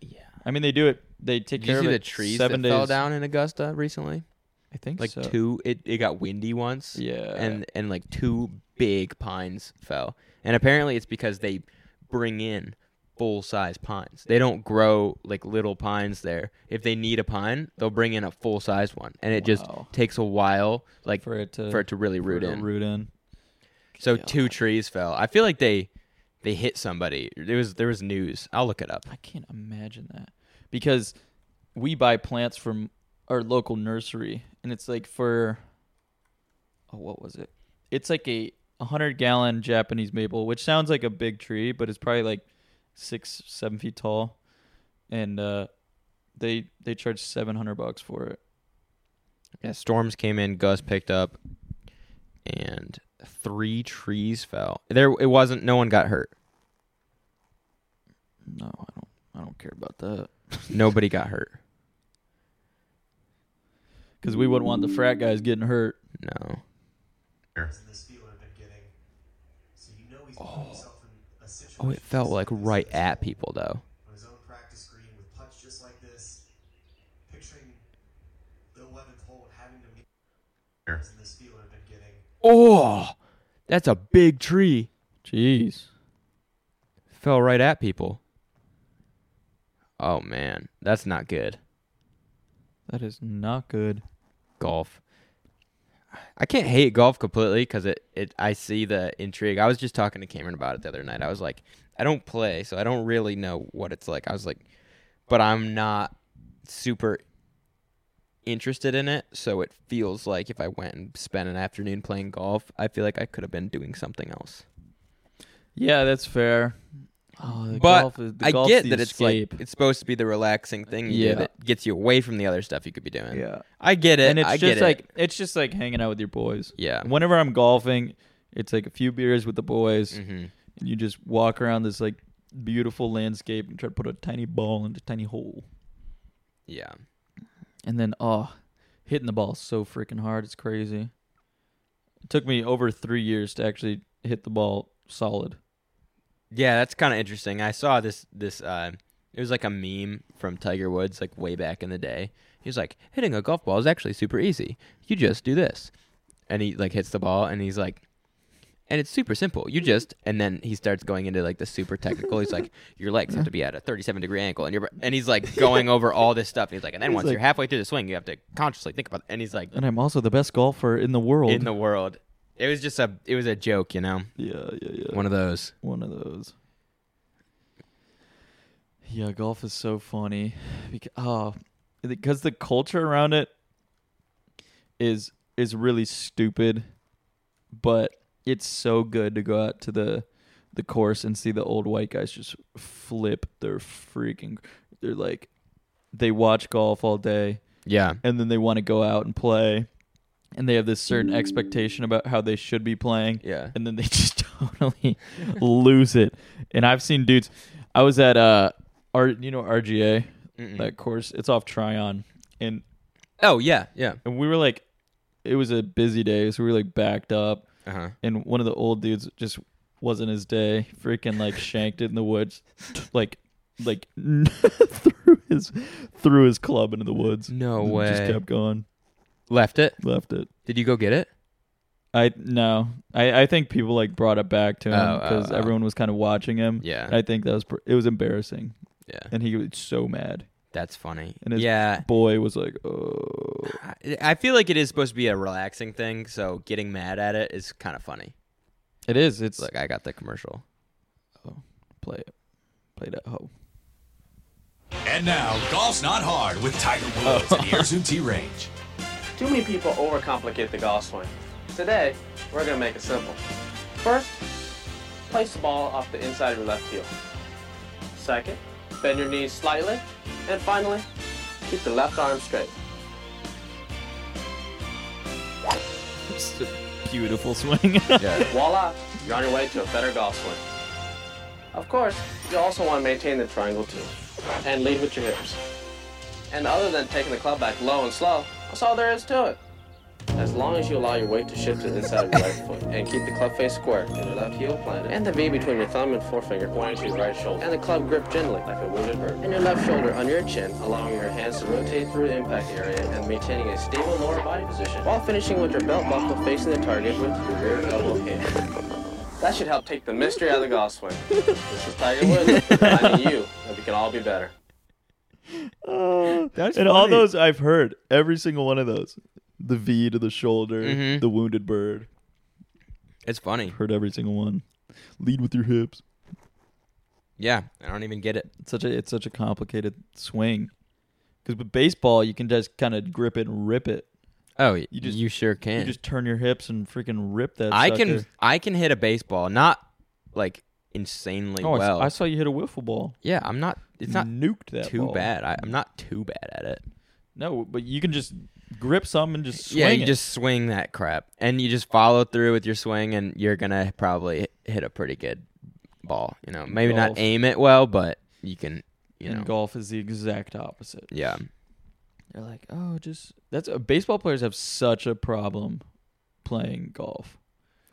Speaker 1: yeah.
Speaker 2: i mean they do it they take
Speaker 1: Did
Speaker 2: care
Speaker 1: you see
Speaker 2: of
Speaker 1: the
Speaker 2: it
Speaker 1: trees
Speaker 2: seven
Speaker 1: that
Speaker 2: days
Speaker 1: fell down in Augusta recently?
Speaker 2: i think
Speaker 1: Like
Speaker 2: so.
Speaker 1: two. It it got windy once,
Speaker 2: yeah
Speaker 1: and and like two big pines fell. And apparently, it's because they bring in full size pines. They don't grow like little pines there. If they need a pine, they'll bring in a full size one, and it just
Speaker 2: Wow.
Speaker 1: takes a while, like for,
Speaker 2: for it to
Speaker 1: it to really
Speaker 2: for it
Speaker 1: root
Speaker 2: to
Speaker 1: in.
Speaker 2: root in
Speaker 1: so
Speaker 2: God.
Speaker 1: two trees fell. I feel like they they hit somebody. There was there was news. I'll look it up.
Speaker 2: I can't imagine that because we buy plants from our local nursery, and it's like for oh, what was it? It's like a hundred gallon Japanese maple, which sounds like a big tree, but it's probably like six, seven feet tall, and uh, they they charge seven hundred bucks for it.
Speaker 1: Yeah, storms came in, Gus picked up, and three trees fell. There, it wasn't. No one got hurt.
Speaker 2: No, I don't. I don't care about that
Speaker 1: Nobody got hurt.
Speaker 2: because we wouldn't want the frat guys getting hurt.
Speaker 1: No.
Speaker 4: in this field have been getting. So you know he's put himself in a situation.
Speaker 1: Oh, it fell like right at people though.
Speaker 4: On his own practice green with putts just like this. Picturing the 11th hole and having to meet. in this field have been getting.
Speaker 1: Oh, that's a big tree.
Speaker 2: Jeez,
Speaker 1: Fell right at people. Oh man, that's not good.
Speaker 2: that is not good.
Speaker 1: Golf. I can't hate golf completely because it, it I see the intrigue. I was just talking to Cameron about it the other night. I was like, I don't play, so I don't really know what it's like. I was like, but I'm not super interested in it, so it feels like if I went and spent an afternoon playing golf, I feel like I could have been doing something else.
Speaker 2: Yeah, that's fair. Oh, the
Speaker 1: but
Speaker 2: golf is, the
Speaker 1: I
Speaker 2: golf's
Speaker 1: get
Speaker 2: the
Speaker 1: that it's
Speaker 2: escape.
Speaker 1: like it's supposed to be the relaxing thing you
Speaker 2: Yeah.
Speaker 1: do that gets you away from the other stuff you could be doing.
Speaker 2: yeah,
Speaker 1: I get it.
Speaker 2: and it's
Speaker 1: I
Speaker 2: just
Speaker 1: get it.
Speaker 2: like it's just like hanging out with your boys.
Speaker 1: yeah.
Speaker 2: Whenever I'm golfing, it's like a few beers with the boys,
Speaker 1: Mm-hmm.
Speaker 2: and you just walk around this like beautiful landscape and try to put a tiny ball into a tiny hole,
Speaker 1: Yeah.
Speaker 2: and then oh, hitting the ball so freaking hard, it's crazy. It took me over three years to actually hit the ball solid.
Speaker 1: Yeah, that's kind of interesting. I saw this this uh, it was like a meme from Tiger Woods like way back in the day. He was like, hitting a golf ball is actually super easy. You just do this, and he like hits the ball, and he's like, and it's super simple. You just and then he starts going into like the super technical. He's like, *laughs* your legs have to be at a 37 degree angle, and you're and he's like going over all this stuff. And he's like, and then
Speaker 2: He's
Speaker 1: once
Speaker 2: like-
Speaker 1: you're halfway through the swing, you have to consciously think about. It. And he's like,
Speaker 2: And I'm also the best golfer in the world.
Speaker 1: in the world, it was just a it was a joke, you know,
Speaker 2: yeah, yeah, yeah.
Speaker 1: one of those.
Speaker 2: one of those. Yeah, golf is so funny because oh, because the culture around it is is really stupid, but it's so good to go out to the the course and see the old white guys just flip their freaking they're like they watch golf all day
Speaker 1: Yeah.
Speaker 2: and then they want to go out and play and they have this certain expectation about how they should be playing
Speaker 1: Yeah.
Speaker 2: and then they *laughs* just totally lose it and i've seen dudes i was at uh R, you know rga
Speaker 1: Mm.
Speaker 2: that course it's off tryon and
Speaker 1: Oh yeah, yeah.
Speaker 2: and we were like it was a busy day so we were like backed up
Speaker 1: Uh huh.
Speaker 2: and one of the old dudes just wasn't his day. Freaking like shanked it in the woods, t- like like *laughs* threw his threw his club into the woods.
Speaker 1: No
Speaker 2: And
Speaker 1: way.
Speaker 2: Just kept going,
Speaker 1: Left it.
Speaker 2: left it.
Speaker 1: Did you go get it?
Speaker 2: I no, I I think people like brought it back to him
Speaker 1: Oh, oh,
Speaker 2: because
Speaker 1: oh.
Speaker 2: everyone was kind of watching him.
Speaker 1: Yeah.
Speaker 2: I think that was pr- it was embarrassing,
Speaker 1: Yeah.
Speaker 2: and he was so mad.
Speaker 1: That's funny.
Speaker 2: And his
Speaker 1: yeah.
Speaker 2: boy was like, oh,
Speaker 1: I- I feel like it is supposed to be a relaxing thing, so getting mad at it is kind of funny.
Speaker 2: it is. It's
Speaker 1: Look, I got the commercial.
Speaker 2: play it, play that hoe.
Speaker 5: And now, golf's not hard with Tiger Woods at the Airzoom T Range.
Speaker 6: Too many people overcomplicate the golf swing. Today, we're going to make it simple. First, place the ball off the inside of your left heel. Second, bend your knees slightly. And finally, keep the left arm straight.
Speaker 2: It's a beautiful *laughs* swing.
Speaker 6: Voila, you're on your way to a better golf swing. Of course, you also want to maintain the triangle too. And lead with your hips. And other than taking the club back low and slow, that's all there is to it. As long as you allow your weight to shift to the inside of your right foot and keep the club face square and your left heel planted and the V between your thumb and forefinger pointing to your right shoulder and the club gripped gently like a wounded bird and your left shoulder under your chin allowing your hands to rotate through the impact area and maintaining a stable lower body position while finishing with your belt buckle facing the target with your rear elbow hand. That should help take the mystery out of the golf swing. This is Tiger Woods reminding you that we can all be better.
Speaker 2: and all those I've heard, every single one of those. The V to the shoulder,
Speaker 1: Mhm.
Speaker 2: the wounded bird.
Speaker 1: It's funny.
Speaker 2: Heard every single one. Lead with your hips.
Speaker 1: Yeah. I don't even get it.
Speaker 2: It's such a it's such a complicated swing. Because with baseball, you can just kind of grip it and rip it.
Speaker 1: Oh, you
Speaker 2: just-
Speaker 1: you sure can.
Speaker 2: You just turn your hips and freaking rip that.
Speaker 1: I can
Speaker 2: sucker.
Speaker 1: I can hit a baseball, not like insanely
Speaker 2: Oh, I s-
Speaker 1: well.
Speaker 2: I saw you hit a wiffle ball.
Speaker 1: yeah, I'm not. It's not
Speaker 2: nuked that
Speaker 1: too
Speaker 2: ball.
Speaker 1: bad. I, I'm not too bad at it.
Speaker 2: No, but you can just grip some and just swing
Speaker 1: yeah, you
Speaker 2: it.
Speaker 1: just swing that crap, and you just follow through with your swing, and you're gonna probably hit a pretty good ball. You know, maybe
Speaker 2: Golf.
Speaker 1: not aim it well, but you can. You
Speaker 2: and
Speaker 1: know,
Speaker 2: golf is the exact opposite.
Speaker 1: yeah.
Speaker 2: They're like, oh, just that's uh, baseball players have such a problem playing golf.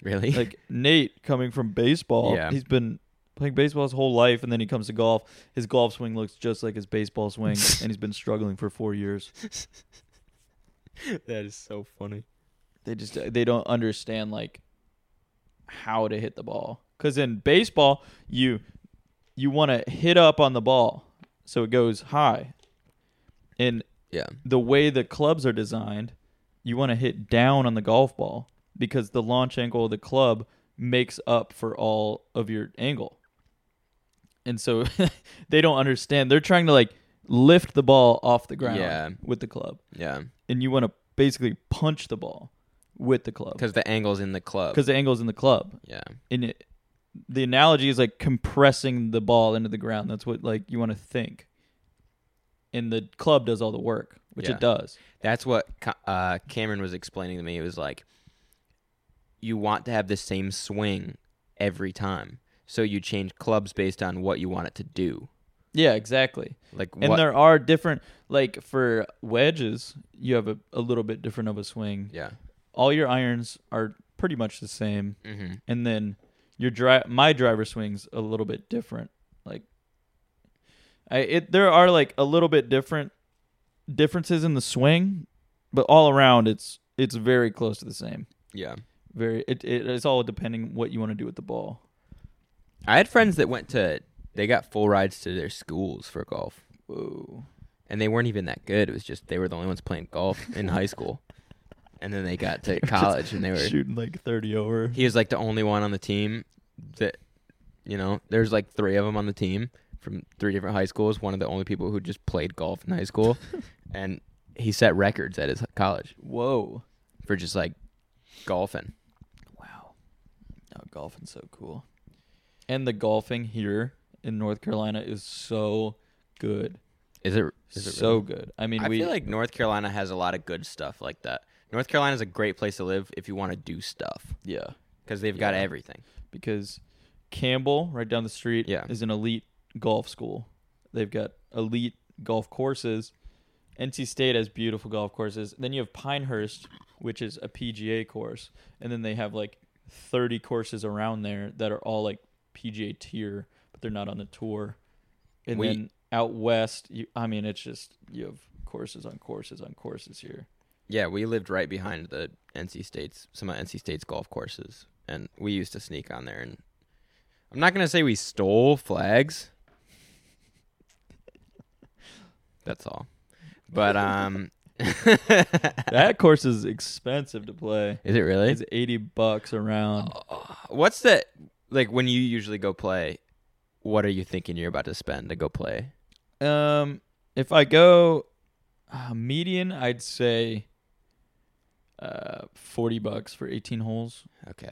Speaker 1: Really?
Speaker 2: *laughs* like Nate coming from baseball,
Speaker 1: Yeah.
Speaker 2: he's been playing baseball his whole life, and then he comes to golf. His golf swing looks just like his
Speaker 1: *laughs*
Speaker 2: baseball swing, and he's been struggling for four years.
Speaker 1: that is so funny.
Speaker 2: They just uh, they don't understand like how to hit the ball. Because in baseball, you you want to hit up on the ball so it goes high, and
Speaker 1: *laughs* Yeah.
Speaker 2: the way the clubs are designed, you want to hit down on the golf ball because the launch angle of the club makes up for all of your angle. And so *laughs* they don't understand. They're trying to like lift the ball off the ground
Speaker 1: Yeah.
Speaker 2: with the club.
Speaker 1: Yeah.
Speaker 2: And you want to basically punch the ball with the club
Speaker 1: Because the angle's in the club.
Speaker 2: because the angle's in the club.
Speaker 1: yeah.
Speaker 2: And it, the analogy is like compressing the ball into the ground. That's what like you want to think. And the club does all the work, which
Speaker 1: Yeah.
Speaker 2: it does.
Speaker 1: That's what Ca- uh, Cameron was explaining to me. It was like you want to have the same swing every time, so you change clubs based on what you want it to do.
Speaker 2: Yeah, exactly.
Speaker 1: Like
Speaker 2: And
Speaker 1: what?
Speaker 2: there are different, like for wedges, you have a, a little bit different of a swing.
Speaker 1: yeah.
Speaker 2: All your irons are pretty much the same,
Speaker 1: Mm-hmm.
Speaker 2: and then your drive, my driver swings a little bit different. Like, I it there are like a little bit different differences in the swing, but all around it's it's very close to the same.
Speaker 1: Yeah.
Speaker 2: Very, it, it it's all depending what you want to do with the ball.
Speaker 1: I had friends that went to. They got full rides to their schools for golf,
Speaker 2: Whoa.
Speaker 1: and they weren't even that good. It was just they were the only ones playing golf in high school, and then they got to college and they were
Speaker 2: Shooting like thirty over.
Speaker 1: he was like the only one on the team that you know there's like three of them on the team from three different high schools one of the only people who just played golf in high school and he set records at his college
Speaker 2: Whoa.
Speaker 1: for just like golfing
Speaker 2: Wow. Oh, golfing's so cool. And the golfing here in North Carolina is so good.
Speaker 1: Is it is it
Speaker 2: so
Speaker 1: really?
Speaker 2: good. I mean,
Speaker 1: I
Speaker 2: we
Speaker 1: feel like North Carolina has a lot of good stuff like that. North Carolina's a great place to live if you want to do stuff
Speaker 2: yeah,
Speaker 1: because they've got
Speaker 2: Yeah.
Speaker 1: everything.
Speaker 2: because Campbell right down the street
Speaker 1: Yeah.
Speaker 2: is an elite golf school. They've got elite golf courses. NC State has beautiful golf courses. Then you have Pinehurst, which is a PGA course, and then they have like 30 courses around there that are all like PGA tier, but they're not on the tour. And
Speaker 1: We-
Speaker 2: then out west, you I mean it's just you have courses on courses on courses here.
Speaker 1: Yeah, we lived right behind the NC State's some of NC State's golf courses, and we used to sneak on there. And I'm not gonna say we stole flags. That's all. But um, *laughs*
Speaker 2: That course is expensive to play.
Speaker 1: is it really?
Speaker 2: It's 80 bucks around.
Speaker 1: What's the like when you usually go play? What are you thinking you're about to spend to go play?
Speaker 2: Um, if I go uh, median, I'd say uh forty bucks for eighteen holes.
Speaker 1: Okay,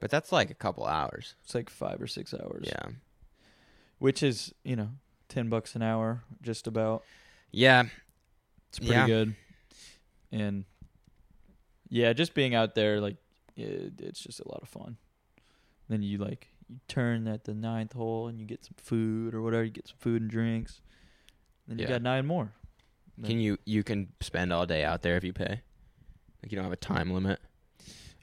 Speaker 1: but that's like a couple hours.
Speaker 2: It's like five or six hours.
Speaker 1: Yeah,
Speaker 2: which is you know ten bucks an hour, just about.
Speaker 1: yeah.
Speaker 2: It's pretty
Speaker 1: Yeah.
Speaker 2: good. And yeah, just being out there, like it, it's just a lot of fun. Then you like you turn at the ninth hole and you get some food or whatever. You get some food and drinks. Then you
Speaker 1: Yeah.
Speaker 2: got nine more.
Speaker 1: Can you you can spend all day out there if you pay? Like you don't have a time limit.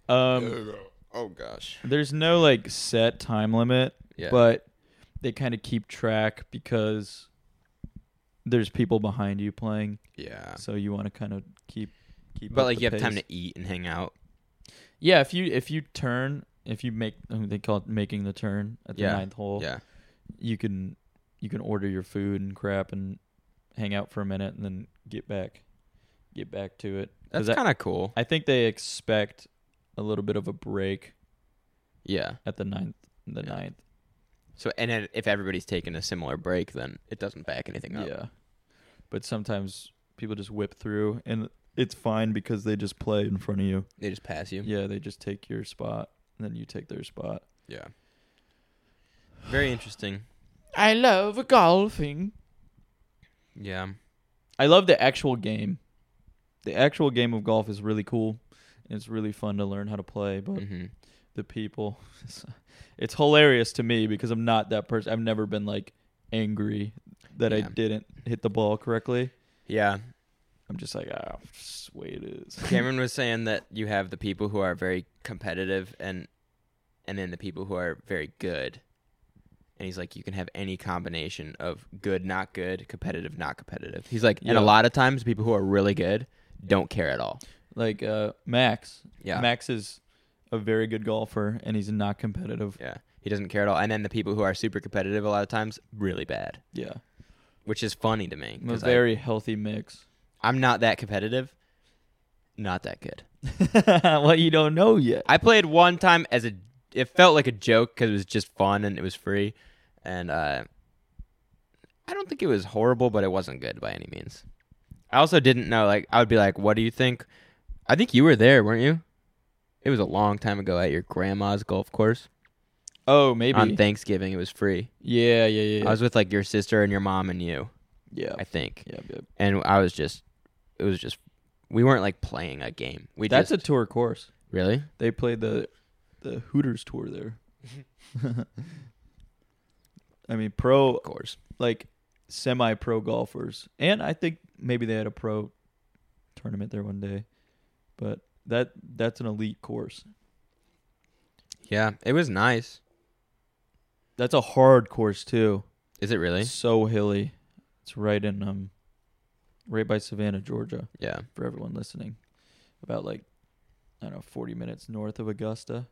Speaker 2: Um.
Speaker 1: oh gosh.
Speaker 2: There's no like set time limit,
Speaker 1: Yeah.
Speaker 2: but they kind of keep track because there's people behind you playing,
Speaker 1: yeah.
Speaker 2: so you want to kind of keep keep.
Speaker 1: But
Speaker 2: up
Speaker 1: like
Speaker 2: the
Speaker 1: you have time
Speaker 2: pace.
Speaker 1: to eat and hang out.
Speaker 2: Yeah, if you if you turn, if you make oh, they call it making the turn at the
Speaker 1: Yeah,
Speaker 2: ninth hole.
Speaker 1: Yeah.
Speaker 2: you can you can order your food and crap and hang out for a minute and then get back get back to it. 'Cause
Speaker 1: That's
Speaker 2: I-
Speaker 1: kind of cool.
Speaker 2: I think they expect a little bit of a break
Speaker 1: Yeah.
Speaker 2: at the ninth the
Speaker 1: Yeah.
Speaker 2: ninth.
Speaker 1: So and then if everybody's taking a similar break, then it doesn't back anything up.
Speaker 2: Yeah. But sometimes people just whip through and it's fine because they just play in front of you.
Speaker 1: They just pass you.
Speaker 2: Yeah, they just take your spot and then you take their spot.
Speaker 1: Yeah. Very interesting.
Speaker 2: I love golfing.
Speaker 1: Yeah.
Speaker 2: I love the actual game. The actual game of golf is really cool and it's really fun to learn how to play, but
Speaker 1: hmm
Speaker 2: the people *laughs* it's hilarious to me because I'm not that person. I've never been like angry that I
Speaker 1: Yeah.
Speaker 2: didn't hit the ball correctly.
Speaker 1: Yeah.
Speaker 2: I'm just like, ah, it's the way it is.
Speaker 1: Cameron was saying that you have the people who are very competitive and and then the people who are very good. And he's like, you can have any combination of good, not good, competitive, not competitive. He's like, and
Speaker 2: Yeah.
Speaker 1: a lot of times people who are really good don't care at all.
Speaker 2: like uh, Max.
Speaker 1: Yeah.
Speaker 2: Max is a very good golfer and he's not competitive.
Speaker 1: Yeah. He doesn't care at all. And then the people who are super competitive a lot of times, really bad,
Speaker 2: Yeah.
Speaker 1: which is funny to me.
Speaker 2: A
Speaker 1: 'cause I-
Speaker 2: very healthy mix. *laughs*
Speaker 1: I'm not that competitive. Not that good.
Speaker 2: well, you don't know yet.
Speaker 1: I played one time as a. It felt like a joke because it was just fun and it was free, and uh, I don't think it was horrible, but it wasn't good by any means. I also didn't know. Like I would be like, "What do you think?" I think you were there, weren't you? It was a long time ago at your grandma's golf course
Speaker 2: Oh, maybe.
Speaker 1: on Thanksgiving. It was free.
Speaker 2: yeah, yeah, yeah.
Speaker 1: I was with like your sister and your mom and you,
Speaker 2: yeah.
Speaker 1: I think.
Speaker 2: yeah, yeah.
Speaker 1: And I was just, it was just, we weren't like playing a game. We
Speaker 2: That's
Speaker 1: just
Speaker 2: a tour course.
Speaker 1: really.
Speaker 2: They played the the Hooters tour there. *laughs* I mean, pro
Speaker 1: Of course.
Speaker 2: like semi pro golfers. And I think maybe they had a pro tournament there one day. But that that's an elite course.
Speaker 1: Yeah, it was nice.
Speaker 2: That's a hard course too.
Speaker 1: Is it really?
Speaker 2: It's so hilly. It's right in um right by Savannah, Georgia,
Speaker 1: Yeah.
Speaker 2: for everyone listening. About like I don't know, forty minutes north of Augusta.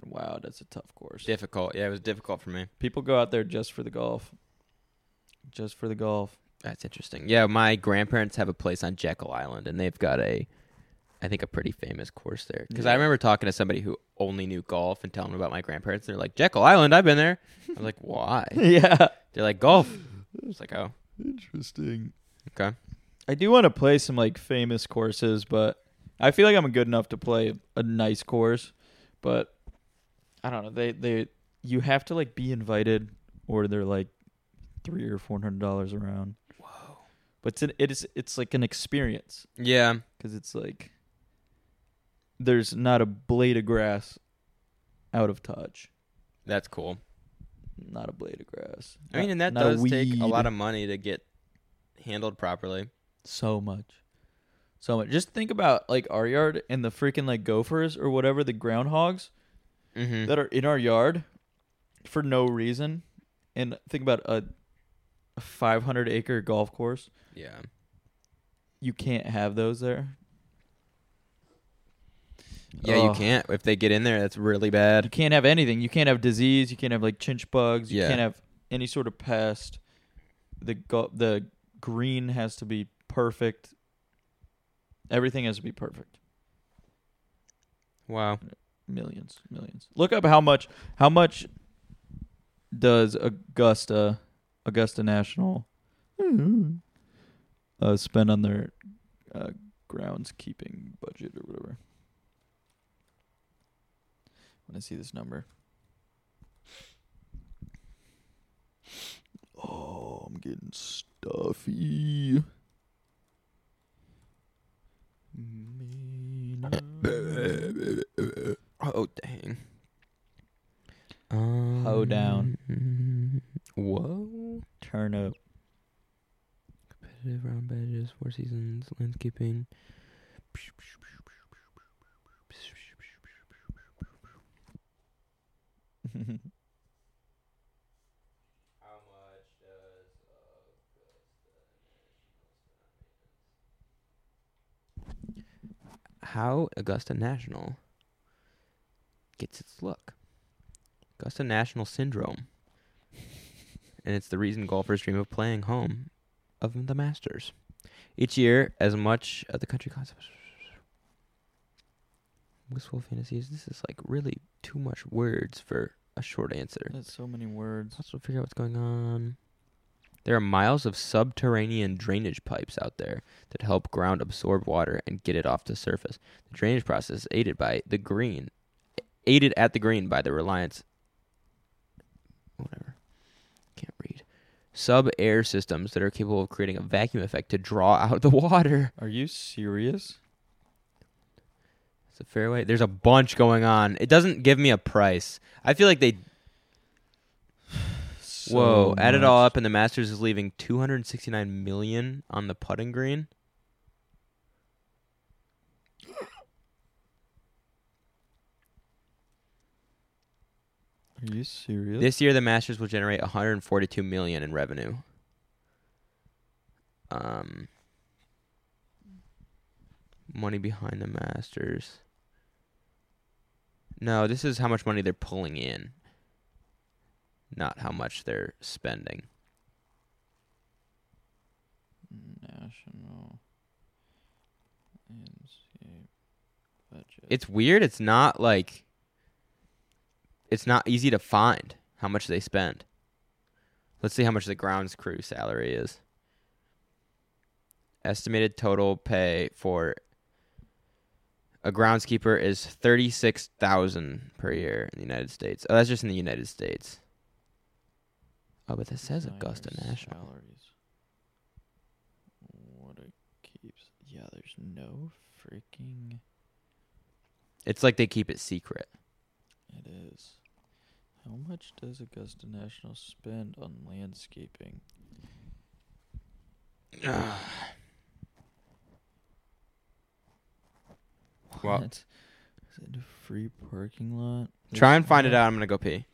Speaker 2: And wow, that's a tough course.
Speaker 1: Difficult. Yeah, it was difficult for me.
Speaker 2: People go out there just for the golf. Just for the
Speaker 1: *laughs*
Speaker 2: golf. *laughs*
Speaker 1: That's interesting. Yeah, my grandparents have a place on Jekyll Island, and they've got a, I think, a pretty famous course there. Because I
Speaker 2: Yeah.
Speaker 1: remember talking to somebody who only knew golf and telling them about my grandparents. They're like, Jekyll Island, I've been there. I *laughs* was like, why?
Speaker 2: yeah.
Speaker 1: They're like, golf. I was like, oh,
Speaker 2: Interesting.
Speaker 1: okay.
Speaker 2: I do want to play some like famous courses, but I feel like I'm good enough to play a nice course, but I don't know. They they you have to like be invited, or they're like three or four hundred dollars around. Whoa! But it's an, it is it's like an experience
Speaker 1: Yeah.
Speaker 2: because it's like there's not a blade of grass out of touch.
Speaker 1: That's cool.
Speaker 2: Not a blade of grass.
Speaker 1: I mean,
Speaker 2: Not-
Speaker 1: and that
Speaker 2: not a
Speaker 1: does take a
Speaker 2: weed.
Speaker 1: lot of money to get handled properly.
Speaker 2: So much. So much. Just think about like our yard and the freaking like gophers or whatever, the groundhogs
Speaker 1: Mm-hmm.
Speaker 2: that are in our yard for no reason. And think about a, a 500 acre golf course.
Speaker 1: Yeah.
Speaker 2: You can't have those there.
Speaker 1: Yeah, you
Speaker 2: Ugh.
Speaker 1: can't. If they get in there, that's really
Speaker 2: You
Speaker 1: bad.
Speaker 2: can't have anything. You can't have disease. You can't have like chinch bugs. You
Speaker 1: Yeah.
Speaker 2: can't have any sort of pest. The go- the green has to be perfect. Everything has to be perfect.
Speaker 1: Wow.
Speaker 2: millions millions look up how much how much does augusta augusta national uh spend on their uh groundskeeping budget or whatever when i see this number oh i'm getting stuffy Me not.
Speaker 1: Oh dang. Um,
Speaker 2: Hoe down.
Speaker 1: Whoa.
Speaker 2: Turn up. *laughs*
Speaker 1: Competitive round badges, four seasons, landscaping. How Augusta National gets its look. Augusta National Syndrome. and it's the reason golfers dream of playing home of the Masters. Each year, as much of the country concept. Wistful fantasies. This is like really too much words for a short answer.
Speaker 2: That's so many words.
Speaker 1: Possible to figure out what's going on. There are miles of subterranean drainage pipes out there that help ground absorb water and get it off the surface. The drainage process is aided by the green, aided at the green by the reliance. Whatever, can't read. Sub air systems that are capable of creating a vacuum effect to draw out the *laughs* water.
Speaker 2: Are you serious?
Speaker 1: It's a fairway. There's a bunch going on. It doesn't give me a price. I feel like they Whoa! Add it all up, and the Masters is leaving 269 million on the putting green.
Speaker 2: Are you serious?
Speaker 1: This year, the Masters will generate 142 million in revenue. Um, money behind the Masters. No, this is how much money they're pulling in, not how much they're spending.
Speaker 2: national NCAA budget.
Speaker 1: It's weird. It's not like it's not easy to find how much they spend. Let's see how much the grounds crew salary is. Estimated total pay for a groundskeeper is thirty six thousand per year in the United States. Oh, that's just in the United States. Oh, but that says
Speaker 2: Designers'
Speaker 1: Augusta National.
Speaker 2: Salaries. What it keeps. Yeah, there's no freaking.
Speaker 1: It's like they keep it secret.
Speaker 2: It is. How much does Augusta National spend on landscaping?
Speaker 1: Well-
Speaker 2: What? *laughs* Is it a free parking lot?
Speaker 1: Try
Speaker 2: There's
Speaker 1: and find it
Speaker 2: not-
Speaker 1: out. I'm gonna go pee.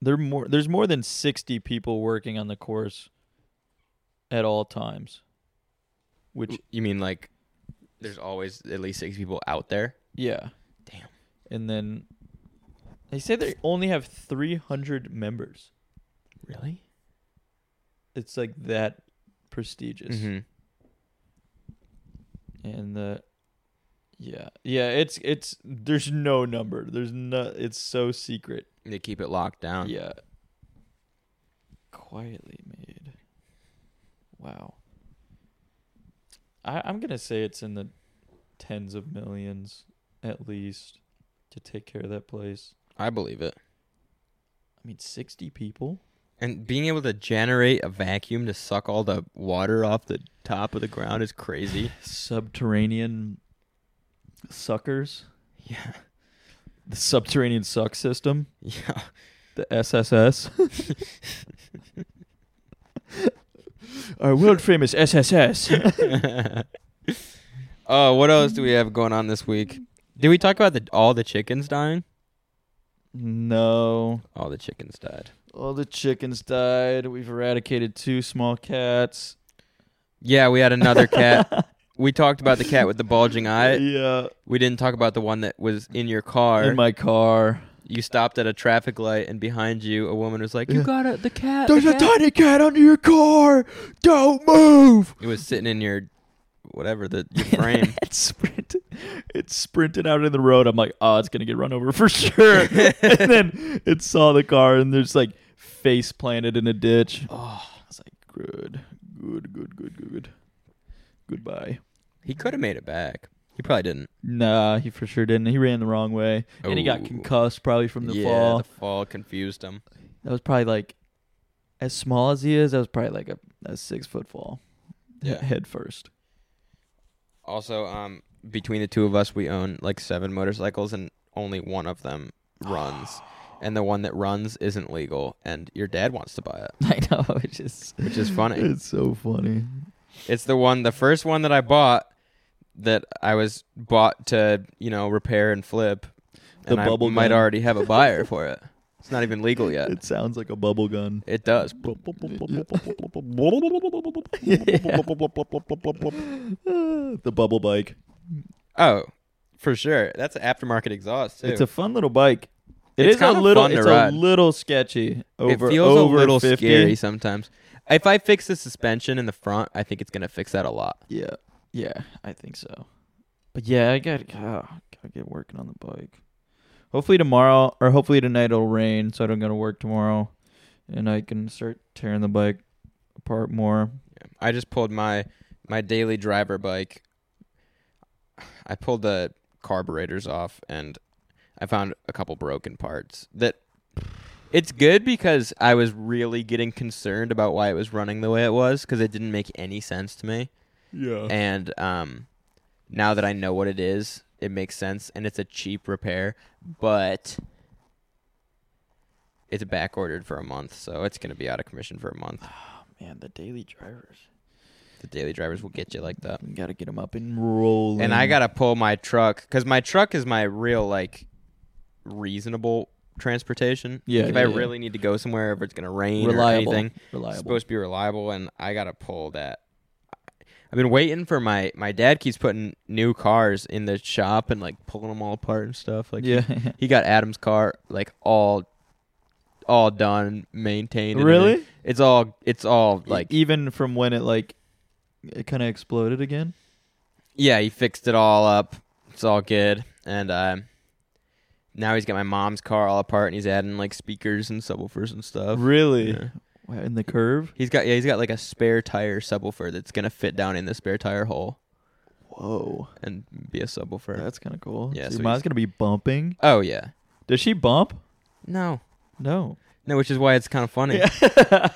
Speaker 2: There more there's more than 60 people working on the course at all times. Which
Speaker 1: You mean like there's always at least six people out there?
Speaker 2: yeah.
Speaker 1: Damn.
Speaker 2: And then they say they only have 300 members.
Speaker 1: Really?
Speaker 2: It's like that prestigious.
Speaker 1: hmm
Speaker 2: And the yeah. Yeah, it's it's there's no number. There's no it's so secret.
Speaker 1: They keep it locked down.
Speaker 2: Yeah. Quietly made. Wow. I, I'm gonna say it's in the tens of millions at least to take care of that place.
Speaker 1: I believe it.
Speaker 2: I mean, 60 people?
Speaker 1: And being able to generate a vacuum to suck all the water off the top of the ground is crazy.
Speaker 2: Subterranean suckers?
Speaker 1: *laughs* yeah.
Speaker 2: The subterranean suck system?
Speaker 1: Yeah. *laughs*
Speaker 2: The SSS? *laughs* Our world famous SSS.
Speaker 1: Oh, what else do we have going on this week? Did we talk about the all the chickens dying?
Speaker 2: no.
Speaker 1: All the chickens died.
Speaker 2: All the chickens died. We've eradicated two small cats.
Speaker 1: Yeah, we had another cat. *laughs* we talked about the cat with the bulging eye.
Speaker 2: yeah.
Speaker 1: We didn't talk about the one that was in your car.
Speaker 2: In my car.
Speaker 1: you stopped at a traffic light, and behind you, a woman was like, "You got it, the cat." the cat."
Speaker 2: tiny cat under your car. Don't move.
Speaker 1: It was sitting in your whatever the *laughs* your frame.
Speaker 2: *laughs* It sprinted. It sprinted out in the road. I'm like, oh, it's gonna get run over for *laughs* sure. and then it saw the car and there's like face planted in a ditch. Oh, I was like, good, good, good, good, good. Goodbye.
Speaker 1: he could have made it back. He probably didn't.
Speaker 2: Nah, he for sure didn't. He ran the wrong way, and he got
Speaker 1: Ooh.
Speaker 2: concussed probably from the
Speaker 1: Oh. yeah,
Speaker 2: fall.
Speaker 1: the fall confused him.
Speaker 2: that was probably like, as small as he is, that was probably like a, a six foot fall.
Speaker 1: Yeah. *laughs*
Speaker 2: head first.
Speaker 1: Also, um, between the two of us, we own like seven motorcycles, and only one of them *gasps* runs. And the one that runs isn't legal, and your dad wants to buy it,
Speaker 2: I know, which is
Speaker 1: which is *laughs* funny.
Speaker 2: it's so funny.
Speaker 1: it's the one, the first one that I bought, that I was bought to, you know, repair and flip.
Speaker 2: The
Speaker 1: and
Speaker 2: bubble
Speaker 1: I might
Speaker 2: gun.
Speaker 1: already have a
Speaker 2: *laughs*
Speaker 1: buyer for it. It's not even legal yet.
Speaker 2: It sounds like a bubble
Speaker 1: *laughs*
Speaker 2: gun.
Speaker 1: it does.
Speaker 2: the bubble bike.
Speaker 1: Oh, for sure. That's an aftermarket exhaust too.
Speaker 2: It's a fun little bike. It
Speaker 1: It's
Speaker 2: is a
Speaker 1: kinda
Speaker 2: little.
Speaker 1: fun to
Speaker 2: it's
Speaker 1: ride.
Speaker 2: a little sketchy. Over
Speaker 1: it feels
Speaker 2: over
Speaker 1: a little
Speaker 2: 50.
Speaker 1: scary sometimes. If I fix the suspension in the front, I think it's gonna fix that a lot.
Speaker 2: Yeah, yeah, I think so. But yeah, I got gotta get working on the bike. Hopefully tomorrow, or hopefully tonight, it'll rain, so I don't gotta work tomorrow, and I can start tearing the bike apart more.
Speaker 1: I just pulled my my daily driver bike. I pulled the carburetors off, and I found a couple broken parts. That it's good because I was really getting concerned about why it was running the way it was because it didn't make any sense to me.
Speaker 2: Yeah.
Speaker 1: and um, now that I know what it is, it makes sense, and it's a cheap repair, but it's back ordered for a month, so it's gonna be out of commission for a month.
Speaker 2: Man, the daily drivers.
Speaker 1: The daily drivers will get you like that.
Speaker 2: You gotta get them up and rolling.
Speaker 1: And I gotta pull my truck because my truck is my real like reasonable transportation.
Speaker 2: Yeah,
Speaker 1: Like, if
Speaker 2: yeah,
Speaker 1: I
Speaker 2: yeah.
Speaker 1: really need to go somewhere, if it's gonna rain
Speaker 2: reliable.
Speaker 1: or anything,
Speaker 2: Reliable.
Speaker 1: It's supposed to be reliable, and I gotta pull that. I've been waiting for my my dad keeps putting new cars in the shop and like pulling them all apart and stuff. Like
Speaker 2: yeah. *laughs*
Speaker 1: he got Adam's car like all all done, maintained. and
Speaker 2: Really?
Speaker 1: everything. It's all it's all like
Speaker 2: like E-, even from when it like it kind of exploded again.
Speaker 1: yeah, he fixed it all up. It's all good, and um, now he's got my mom's car all apart, and he's adding like speakers and subwoofers and stuff.
Speaker 2: Really?
Speaker 1: Yeah.
Speaker 2: Wow, In the curve.
Speaker 1: He's got yeah, he's got like a spare tire subwoofer that's gonna fit down in the spare tire hole.
Speaker 2: Whoa,
Speaker 1: and be a subwoofer.
Speaker 2: that's kind of cool.
Speaker 1: Yeah,
Speaker 2: Yeah,
Speaker 1: so
Speaker 2: so your
Speaker 1: he's-
Speaker 2: mom's gonna be bumping.
Speaker 1: oh yeah.
Speaker 2: Does she bump?
Speaker 1: No.
Speaker 2: No.
Speaker 1: No, which is why it's kind of funny. *laughs*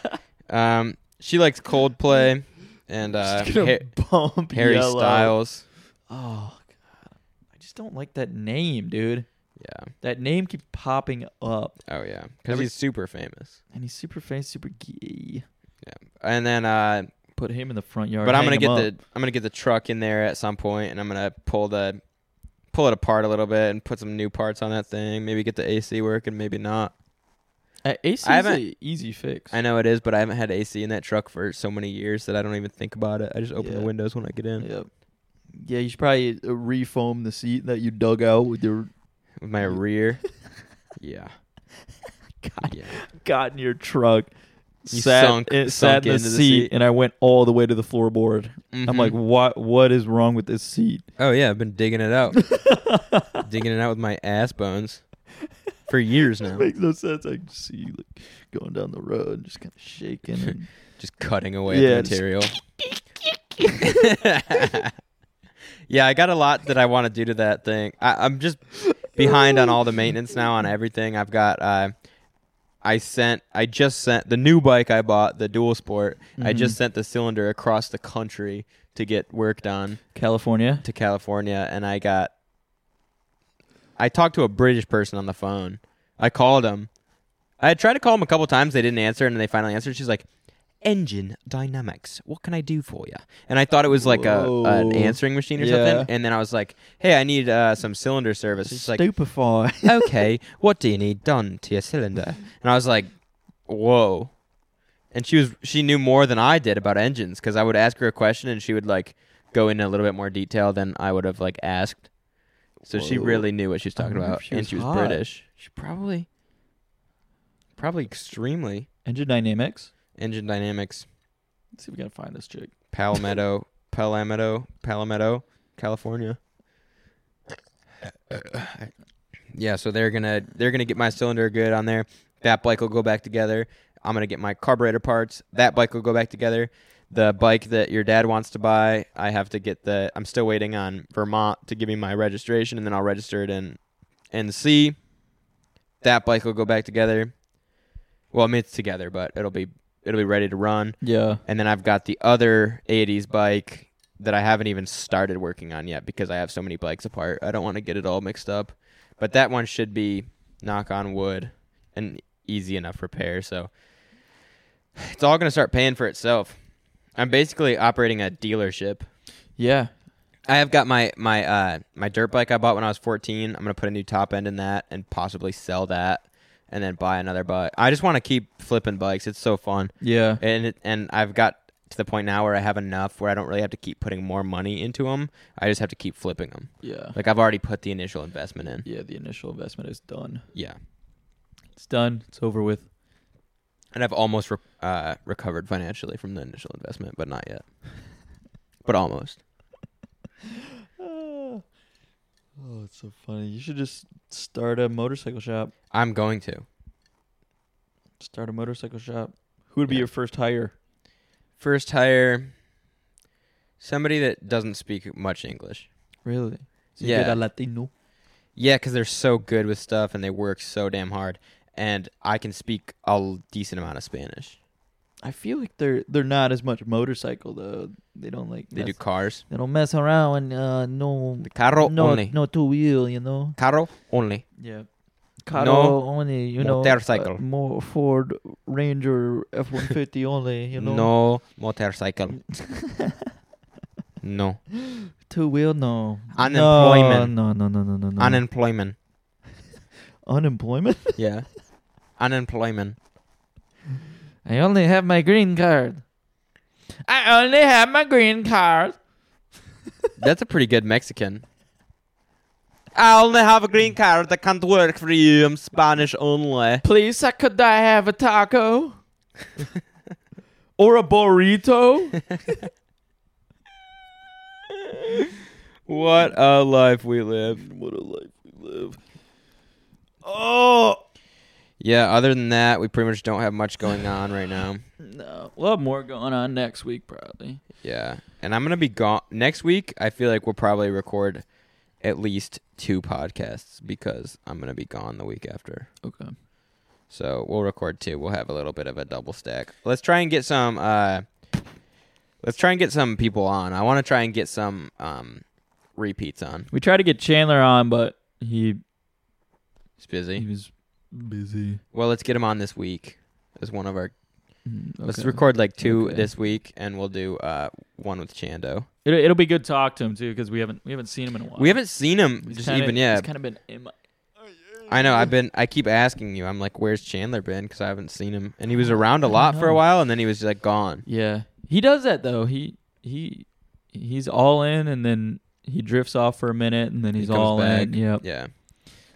Speaker 1: um, she likes Coldplay and uh,
Speaker 2: She's gonna
Speaker 1: Ha-
Speaker 2: bump
Speaker 1: Harry
Speaker 2: yellow.
Speaker 1: Styles.
Speaker 2: Oh god, I just don't like that name, dude.
Speaker 1: Yeah.
Speaker 2: That name keeps popping up,
Speaker 1: Oh yeah. Because
Speaker 2: Every-
Speaker 1: he's super famous.
Speaker 2: and he's super famous, super gay.
Speaker 1: And then, uh,
Speaker 2: Put him in the front yard.
Speaker 1: but I'm gonna
Speaker 2: hang
Speaker 1: get
Speaker 2: him
Speaker 1: the I'm gonna get the truck in there at some point, and I'm gonna pull the pull it apart a little bit and put some new parts on that thing. Maybe get the AC working, maybe not.
Speaker 2: up. the. AC
Speaker 1: I
Speaker 2: is
Speaker 1: haven't-
Speaker 2: a easy fix.
Speaker 1: I know it is, but I haven't had AC in that truck for so many years that I don't even think about it. I just open the
Speaker 2: Yeah.
Speaker 1: windows when I get in
Speaker 2: Yep. Yeah, you should probably uh, refoam the seat that you dug out with your
Speaker 1: with my
Speaker 2: *laughs*
Speaker 1: rear. yeah.
Speaker 2: God,
Speaker 1: Yeah.
Speaker 2: got in your truck.
Speaker 1: You
Speaker 2: sat
Speaker 1: sunk-
Speaker 2: it,
Speaker 1: sunk
Speaker 2: sat in the
Speaker 1: into the
Speaker 2: seat,
Speaker 1: seat.
Speaker 2: and I went all the way to the floorboard.
Speaker 1: Mhm.
Speaker 2: I'm like, what? What is wrong with this seat?
Speaker 1: Oh yeah, I've been digging it out, digging it out with my ass bones for years now.
Speaker 2: *laughs* Makes no sense. I can see you like going down the road, just kind of shaking.
Speaker 1: *laughs*
Speaker 2: And
Speaker 1: Just cutting away
Speaker 2: Yeah,
Speaker 1: at the
Speaker 2: just-
Speaker 1: material. *laughs* yeah, I got a lot that I want to do to that thing. I, I'm just behind on all the maintenance now on everything. I've got uh, I sent I just sent the new bike I bought, the dual sport. I just sent the cylinder across the country to get work done
Speaker 2: California.
Speaker 1: to California and I got I talked to a British person on the phone. I called him. I had tried to call him a couple times, they didn't answer, and then they finally answered. She's like, Engine dynamics. What can I do for you? And I thought it was like a,
Speaker 2: Whoa.
Speaker 1: an answering machine or
Speaker 2: Yeah.
Speaker 1: something. And then I was like, Hey, I need uh, some cylinder service. She's like, *laughs*
Speaker 2: Stupefy.
Speaker 1: okay, what do you need done to your cylinder? And I was like, whoa. And she was she knew more than I did about engines because I would ask her a question and she would like go into a little bit more detail than I would have like asked. So she
Speaker 2: Whoa.
Speaker 1: really knew what she was talking
Speaker 2: wonder if
Speaker 1: about,
Speaker 2: she
Speaker 1: and
Speaker 2: was
Speaker 1: she was
Speaker 2: hot.
Speaker 1: British. She probably, probably extremely
Speaker 2: Engine dynamics.
Speaker 1: engine dynamics,
Speaker 2: Let's see if we can find this chick.
Speaker 1: Palmetto, Palmetto, Palmetto, California. yeah, so they're gonna they're gonna get my cylinder good on there. That bike will go back together. I'm gonna get my carburetor parts. That bike will go back together. The bike that your dad wants to buy, I have to get the. I'm still waiting on Vermont to give me my registration, and then I'll register it in NC. That bike will go back together. Well, I mean it's together, but it'll be it'll be ready to run.
Speaker 2: Yeah.
Speaker 1: And then I've got the other 80s bike that I haven't even started working on yet because I have so many bikes apart. I don't want to get it all mixed up. But that one should be knock on wood an easy enough repair. So it's all going to start paying for itself. I'm basically operating a dealership.
Speaker 2: Yeah.
Speaker 1: I have got my my uh my dirt bike I bought when I was 14. I'm gonna put a new top end in that and possibly sell that and then buy another bike. I just want to keep flipping bikes. It's so fun
Speaker 2: Yeah.
Speaker 1: and it, and I've got to the point now where I have enough where I don't really have to keep putting more money into them. I just have to keep flipping them.
Speaker 2: Yeah.
Speaker 1: Like I've already put the initial investment in.
Speaker 2: Yeah. The initial investment is done.
Speaker 1: Yeah,
Speaker 2: It's done. It's over with.
Speaker 1: and I've almost re- uh, recovered financially from the initial investment, but not yet. but almost.
Speaker 2: oh, it's so funny. You should just start a motorcycle shop.
Speaker 1: I'm going to
Speaker 2: Start a motorcycle shop. Who would be
Speaker 1: Yeah.
Speaker 2: your first hire?
Speaker 1: first hire somebody that doesn't speak much English.
Speaker 2: Really? So
Speaker 1: Yeah.
Speaker 2: You get a Latino.
Speaker 1: Yeah, because they're so good with stuff and they work so damn hard. And I can speak a l- decent amount of Spanish.
Speaker 2: I feel like they're they're not as much motorcycle though. They don't like
Speaker 1: They do
Speaker 2: mess-
Speaker 1: cars.
Speaker 2: they don't mess around and uh no
Speaker 1: The carro
Speaker 2: no
Speaker 1: only.
Speaker 2: no two wheel you know
Speaker 1: Carro only.
Speaker 2: yeah Car
Speaker 1: No
Speaker 2: only you know
Speaker 1: motorcycle.
Speaker 2: uh, more Ford Ranger F one
Speaker 1: *laughs*
Speaker 2: fifty only you know
Speaker 1: No
Speaker 2: *laughs*
Speaker 1: motorcycle. no.
Speaker 2: two wheel no
Speaker 1: Unemployment.
Speaker 2: no no no no no no
Speaker 1: Unemployment.
Speaker 2: unemployment
Speaker 1: Yeah. *laughs* Unemployment.
Speaker 2: I only have my green card I only have my green card
Speaker 1: That's a pretty good Mexican. I only have a green card. I can't work for you. I'm Spanish only.
Speaker 2: please I could I have a taco *laughs* or a burrito.
Speaker 1: What a life we live.
Speaker 2: What a life we live. Oh
Speaker 1: Yeah, other than that, we pretty much don't have much going on right now.
Speaker 2: no, we'll have more going on next week probably.
Speaker 1: Yeah. And I'm going to be gone. Next week, I feel like we'll probably record at least two podcasts because I'm going to be gone the week after.
Speaker 2: Okay.
Speaker 1: So we'll record two. We'll have a little bit of a double stack. Let's try and get some. Uh, let's try and get some people on. I want to try and get some um, repeats on.
Speaker 2: We tried to get Chandler on, but he
Speaker 1: It's
Speaker 2: he
Speaker 1: busy.
Speaker 2: was busy.
Speaker 1: Mm-hmm. Well, let's get him on this week as one of our.
Speaker 2: Mm,
Speaker 1: Let's record like two
Speaker 2: Okay.
Speaker 1: this week, and we'll do uh, one with Chando.
Speaker 2: It, it'll be good to talk to him too because we haven't we haven't seen him in a while.
Speaker 1: We haven't seen him
Speaker 2: He's
Speaker 1: just
Speaker 2: kinda-
Speaker 1: even yet.
Speaker 2: He's kind of been in my,
Speaker 1: I know. I've
Speaker 2: Mm-hmm.
Speaker 1: been. I keep asking you. I'm like, where's Chandler been? Because I haven't seen him, and he was around a lot for a
Speaker 2: Oh, know.
Speaker 1: while, and then he was like gone.
Speaker 2: yeah. He does that though. He he he's all in and then he drifts off for a minute and then he's
Speaker 1: he comes
Speaker 2: all
Speaker 1: back.
Speaker 2: in. Yep.
Speaker 1: Yeah.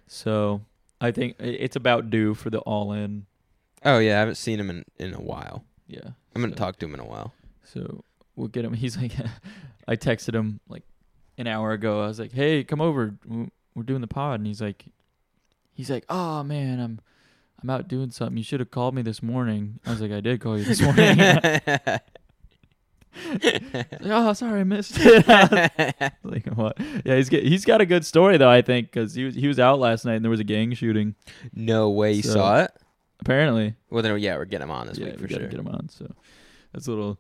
Speaker 2: So I think i- it's about due for the all in.
Speaker 1: Oh yeah. I haven't seen him in in a while.
Speaker 2: Yeah.
Speaker 1: I haven't
Speaker 2: so,
Speaker 1: talked to him in a
Speaker 2: *laughs*
Speaker 1: while.
Speaker 2: So we'll get him. *laughs* He's like, I texted him like an hour ago. I was like, hey, come over. W- We're doing the pod. And he's like, he's like, oh man, I'm, I'm out doing *laughs* something. You should have called me this morning. I was like, I did call you this morning. oh, sorry, I missed it. *laughs* like what? Yeah, he's get, he's got a good story though. I think because he was he was out last night and there was a gang shooting.
Speaker 1: *laughs* No way you
Speaker 2: So-
Speaker 1: saw it.
Speaker 2: Apparently,
Speaker 1: Well, then yeah, we're getting him on this
Speaker 2: yeah,
Speaker 1: week
Speaker 2: we
Speaker 1: for
Speaker 2: gotta
Speaker 1: sure.
Speaker 2: get him on. So that's a little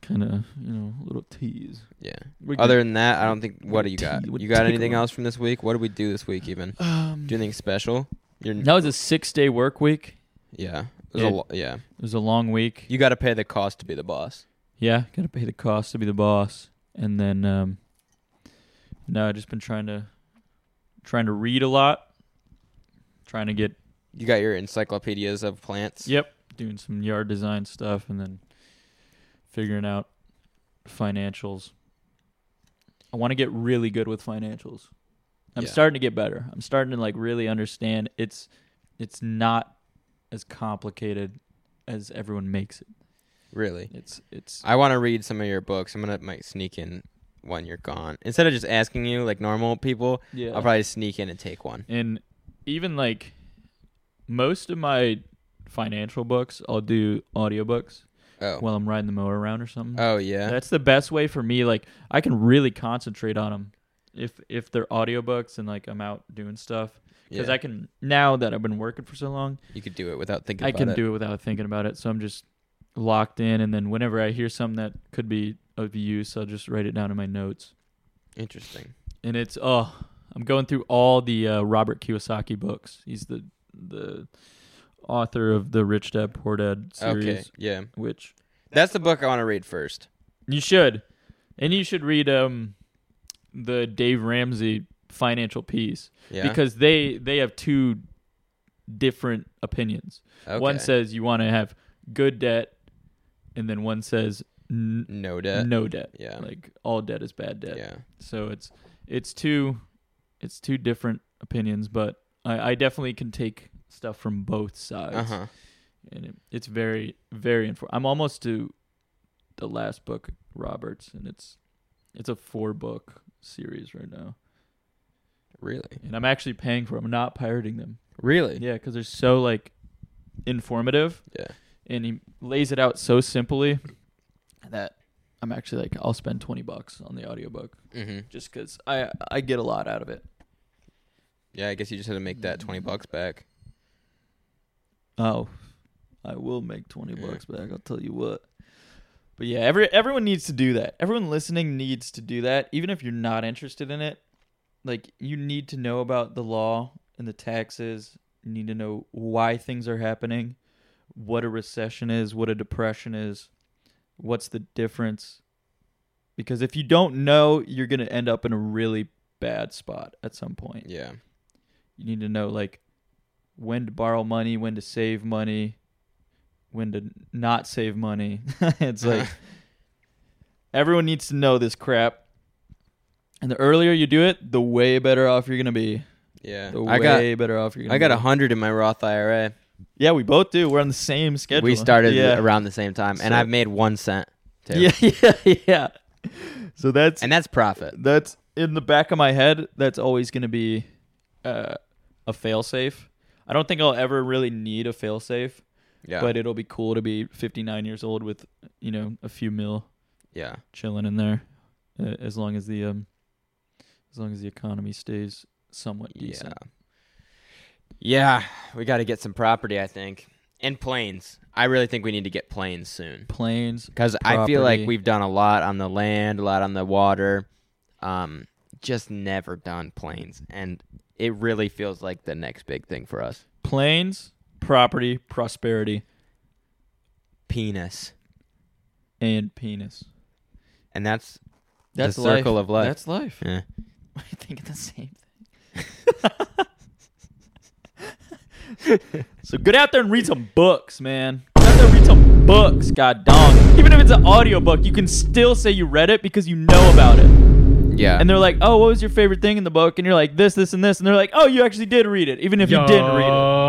Speaker 2: kind of you know a little tease.
Speaker 1: Yeah.
Speaker 2: We
Speaker 1: Other
Speaker 2: could-
Speaker 1: than that, I don't think. What do you
Speaker 2: tea-
Speaker 1: got?
Speaker 2: what
Speaker 1: You got
Speaker 2: tea
Speaker 1: anything
Speaker 2: going?
Speaker 1: else from this week? What did we do this
Speaker 2: *sighs*
Speaker 1: week? Even
Speaker 2: Um,
Speaker 1: do anything special? You're,
Speaker 2: that was a six day work week.
Speaker 1: Yeah. It was a
Speaker 2: Yeah.
Speaker 1: lo- yeah.
Speaker 2: It was a long week.
Speaker 1: You got to pay the cost to be the boss.
Speaker 2: Yeah, gotta pay the cost to be the boss. And then um no, I've just been trying to trying to read a lot. Trying to get
Speaker 1: You got your encyclopedias of plants.
Speaker 2: yep, doing some yard design stuff and then figuring out financials. I want to get really good with financials. I'm
Speaker 1: Yeah.
Speaker 2: starting to get better. I'm starting to like really understand it's it's not as complicated as everyone makes it.
Speaker 1: Really.
Speaker 2: It's it's
Speaker 1: I want to read some of your books. I'm gonna might sneak in one you're gone. Instead of just asking you like normal people,
Speaker 2: yeah.
Speaker 1: I'll probably sneak in and take one.
Speaker 2: and even like most of my financial books i'll do audiobooks
Speaker 1: Oh.
Speaker 2: while i'm riding the mower around or something
Speaker 1: oh yeah.
Speaker 2: that's the best way for me like i can really concentrate on them if if they're audiobooks and like i'm out doing stuff because
Speaker 1: Yeah.
Speaker 2: i can now that i've been working for so long
Speaker 1: you could do it without thinking.
Speaker 2: i
Speaker 1: about
Speaker 2: can
Speaker 1: it.
Speaker 2: do it without thinking about it so i'm just locked in and then whenever i hear something that could be of use i'll just write it down in my notes
Speaker 1: Interesting.
Speaker 2: and it's oh i'm going through all the uh, robert kiyosaki books he's the the author of the rich dad poor dad series
Speaker 1: Okay. Yeah.
Speaker 2: which
Speaker 1: That's the book I want to read first.
Speaker 2: you should and you should read um the dave ramsey financial piece
Speaker 1: Yeah.
Speaker 2: because they they have two different opinions
Speaker 1: okay.
Speaker 2: one says you want to have good debt and then one says n-
Speaker 1: no debt.
Speaker 2: no debt
Speaker 1: yeah.
Speaker 2: like all debt is bad debt
Speaker 1: Yeah.
Speaker 2: so it's it's two it's two different opinions, but I, I definitely can take stuff from both sides,
Speaker 1: Uh huh.
Speaker 2: and it, it's very very infor- I'm almost to the last book Roberts, and it's it's a four book series right now,
Speaker 1: Really.
Speaker 2: and I'm actually paying for them, I'm not pirating them.
Speaker 1: Really.
Speaker 2: Yeah, because they're so like informative,
Speaker 1: Yeah.
Speaker 2: and he lays it out so simply that I'm actually like I'll spend twenty bucks on the audiobook
Speaker 1: Mm-hmm.
Speaker 2: just because I I get a lot out of it.
Speaker 1: Yeah. I guess you just had to make that twenty bucks back.
Speaker 2: Oh, I will make twenty
Speaker 1: Yeah.
Speaker 2: bucks back. I'll tell you what. But yeah, every everyone needs to do that. Everyone listening needs to do that, even if you're not interested in it. Like you need to know about the law and the taxes. You need to know why things are happening, what a recession is, what a depression is, what's the difference. Because if you don't know, you're gonna end up in a really bad spot at some point
Speaker 1: Yeah.
Speaker 2: you need to know like when to borrow money, when to save money, when to not save money. *laughs* it's
Speaker 1: Uh-huh.
Speaker 2: like everyone needs to know this crap. And the earlier you do it, the way better off you're gonna be.
Speaker 1: Yeah.
Speaker 2: The
Speaker 1: I got.
Speaker 2: way better off you're gonna
Speaker 1: I got
Speaker 2: be.
Speaker 1: a hundred in my Roth IRA.
Speaker 2: Yeah, we both do. We're on the same schedule.
Speaker 1: We started
Speaker 2: yeah. *laughs*
Speaker 1: around the same time, and
Speaker 2: So-
Speaker 1: I've made one cent. Too.
Speaker 2: Yeah, yeah, yeah. So that's
Speaker 1: And that's profit.
Speaker 2: that's in the back of my head. That's always going to be uh, a failsafe. I don't think I'll ever really need a failsafe,
Speaker 1: Yeah.
Speaker 2: but it'll be cool to be 59 years old with you know a few mil
Speaker 1: yeah.
Speaker 2: chilling in there, uh, as long as the um, as long as the economy stays somewhat decent.
Speaker 1: Yeah. Yeah. We got to get some property, I think, and planes. I really think we need to get planes soon
Speaker 2: Planes,
Speaker 1: because I feel like
Speaker 2: Property.
Speaker 1: we've done a lot on the land, a lot on the water, um, just never done planes, and it really feels like the next big thing for us.
Speaker 2: planes, property, prosperity,
Speaker 1: Penis,
Speaker 2: and penis.
Speaker 1: and that's eh.
Speaker 2: That's
Speaker 1: the circle of life.
Speaker 2: That's life.
Speaker 1: Yeah.
Speaker 2: *laughs* I think of the same
Speaker 1: *laughs*
Speaker 2: thing. so get out there and read some books, man. Get out there and read some books, god dong. Even if it's an audiobook, you can still say you read it because you know about it.
Speaker 1: yeah,
Speaker 2: And they're like, oh, what was your favorite thing in the book? And you're like, this, this, and this. And they're like, oh, you actually did read it, even if you didn't read it.
Speaker 3: read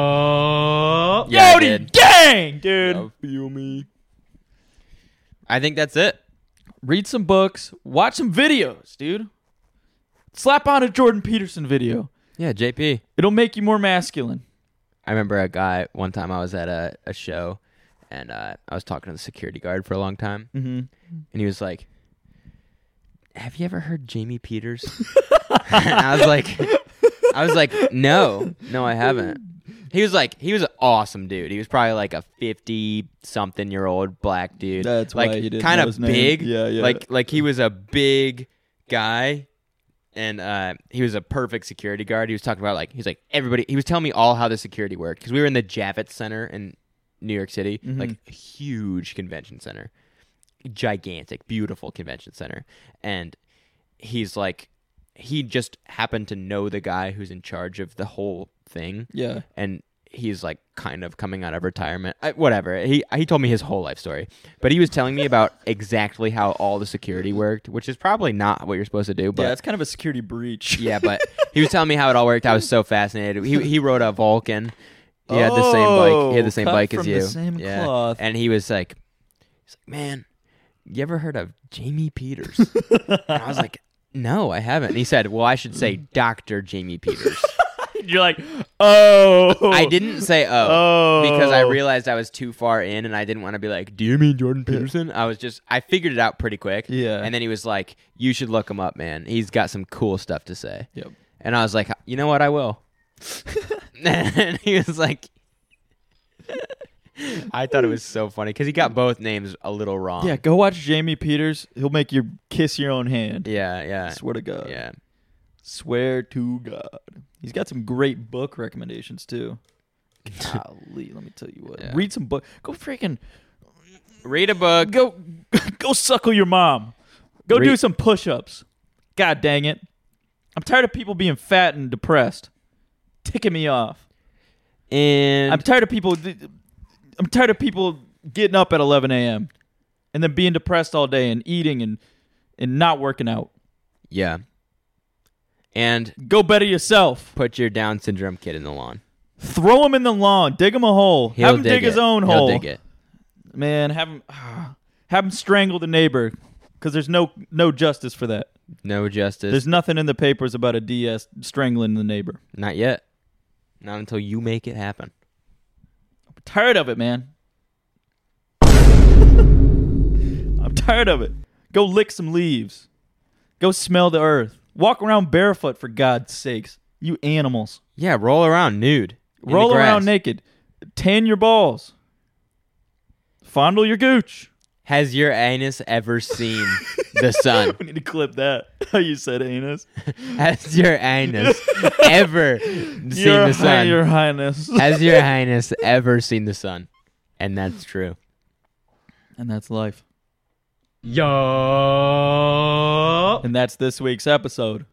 Speaker 1: Yeah, I
Speaker 2: Howdy
Speaker 1: did.
Speaker 2: dang, dude.
Speaker 1: Yup.
Speaker 2: Feel me.
Speaker 1: Oh. I think that's it.
Speaker 2: Read some books, watch some videos, dude. Slap on a Jordan Peterson video.
Speaker 1: Yeah, JP.
Speaker 2: It'll make you more masculine.
Speaker 1: I remember a guy one time I was at a, a show and uh, I was talking to the security guard for a long time.
Speaker 2: Mm-hmm.
Speaker 1: and he was like, "Have you ever heard Jamie
Speaker 2: *laughs*
Speaker 1: Peters?" and I was like, "I was like, no, no, I haven't." He was like, he was an awesome dude. He was probably like a fifty-something-year-old black dude.
Speaker 2: That's
Speaker 1: like,
Speaker 2: why you didn't
Speaker 1: kind
Speaker 2: know
Speaker 1: of
Speaker 2: his name.
Speaker 1: big.
Speaker 2: Yeah, yeah.
Speaker 1: Like, like he was a big guy, and uh, he was a perfect security guard. He was talking about like he was like everybody. He was telling me all how the security worked because we were in the Javits Center in New York City,
Speaker 2: Mm-hmm.
Speaker 1: like a huge convention center, gigantic, beautiful convention center, and he's like, he just happened to know the guy who's in charge of the whole thing,
Speaker 2: Yeah.
Speaker 1: and he's like kind of coming out of retirement. I, whatever. He he told me his whole life story, but he was telling me about exactly how all the security worked, which is probably not what you're supposed to do. But
Speaker 2: yeah, it's kind of a security *laughs* breach.
Speaker 1: yeah, but he was telling me how it all worked. I was so fascinated. He he rode a Vulcan. He had the same bike. He had
Speaker 2: Oh,
Speaker 1: the same
Speaker 2: cut
Speaker 1: bike as
Speaker 2: from
Speaker 1: you.
Speaker 2: the same
Speaker 1: yeah.
Speaker 2: cloth.
Speaker 1: And he was like, he's like, man, you ever heard of Jamie
Speaker 2: *laughs*
Speaker 1: Peters? and I was like, no, I haven't. And he said, well, I should say Doctor Jamie
Speaker 2: *laughs*
Speaker 1: Peters.
Speaker 2: You're like, oh.
Speaker 1: I didn't say oh,
Speaker 2: *laughs* Oh.
Speaker 1: because I realized I was too far in and I didn't want to be like, do you mean Jordan Peterson? I was just I figured it out pretty quick.
Speaker 2: Yeah.
Speaker 1: And then he was like, you should look him up, man. He's got some cool stuff to say.
Speaker 2: Yep.
Speaker 1: And I was like, you know what? I will. and he was like, I thought it was so funny because he got both names a little wrong.
Speaker 2: Yeah, go watch Jamie Peters. He'll make you kiss your own hand.
Speaker 1: Yeah. Yeah.
Speaker 2: Swear to God.
Speaker 1: Yeah.
Speaker 2: Swear to God. He's got some great book recommendations too. Golly, let me tell you what.
Speaker 1: Yeah.
Speaker 2: Read some book. Go freaking
Speaker 1: Read a book.
Speaker 2: go go suckle your mom. Go
Speaker 1: Re-
Speaker 2: do some push-ups. God dang it. I'm tired of people being fat and depressed. Ticking me off.
Speaker 1: And
Speaker 2: I'm tired of people I'm tired of people getting up at 11 a.m. and then being depressed all day and eating and and not working out.
Speaker 1: yeah. And
Speaker 2: Go better yourself.
Speaker 1: put your Down syndrome kid in the lawn.
Speaker 2: Throw him in the lawn. Dig him a hole.
Speaker 1: He'll
Speaker 2: have him dig,
Speaker 1: dig, it.
Speaker 2: his own
Speaker 1: He'll
Speaker 2: hole.
Speaker 1: dig it.
Speaker 2: Man, have him *sighs* have him strangle the neighbor because there's no no justice for that.
Speaker 1: No justice.
Speaker 2: There's nothing in the papers about a DS strangling the neighbor.
Speaker 1: Not yet. Not until you make it happen.
Speaker 2: I'm tired of it, man. *laughs* I'm tired of it. Go lick some leaves. Go smell the earth. Walk around barefoot for God's sakes. You animals.
Speaker 1: Yeah, roll around nude. in the
Speaker 2: Roll
Speaker 1: grass.
Speaker 2: around naked. Tan your balls. Fondle your gooch.
Speaker 1: Has your anus ever seen the sun?
Speaker 2: We need to clip that. *laughs* How you said *laughs* anus.
Speaker 1: Has your anus
Speaker 2: *laughs*
Speaker 1: ever seen
Speaker 2: your,
Speaker 1: the
Speaker 2: Hi-
Speaker 1: sun?
Speaker 2: your highness.
Speaker 1: Has your highness ever seen the sun? And that's true.
Speaker 2: and that's life.
Speaker 3: Yup.
Speaker 2: And that's this week's episode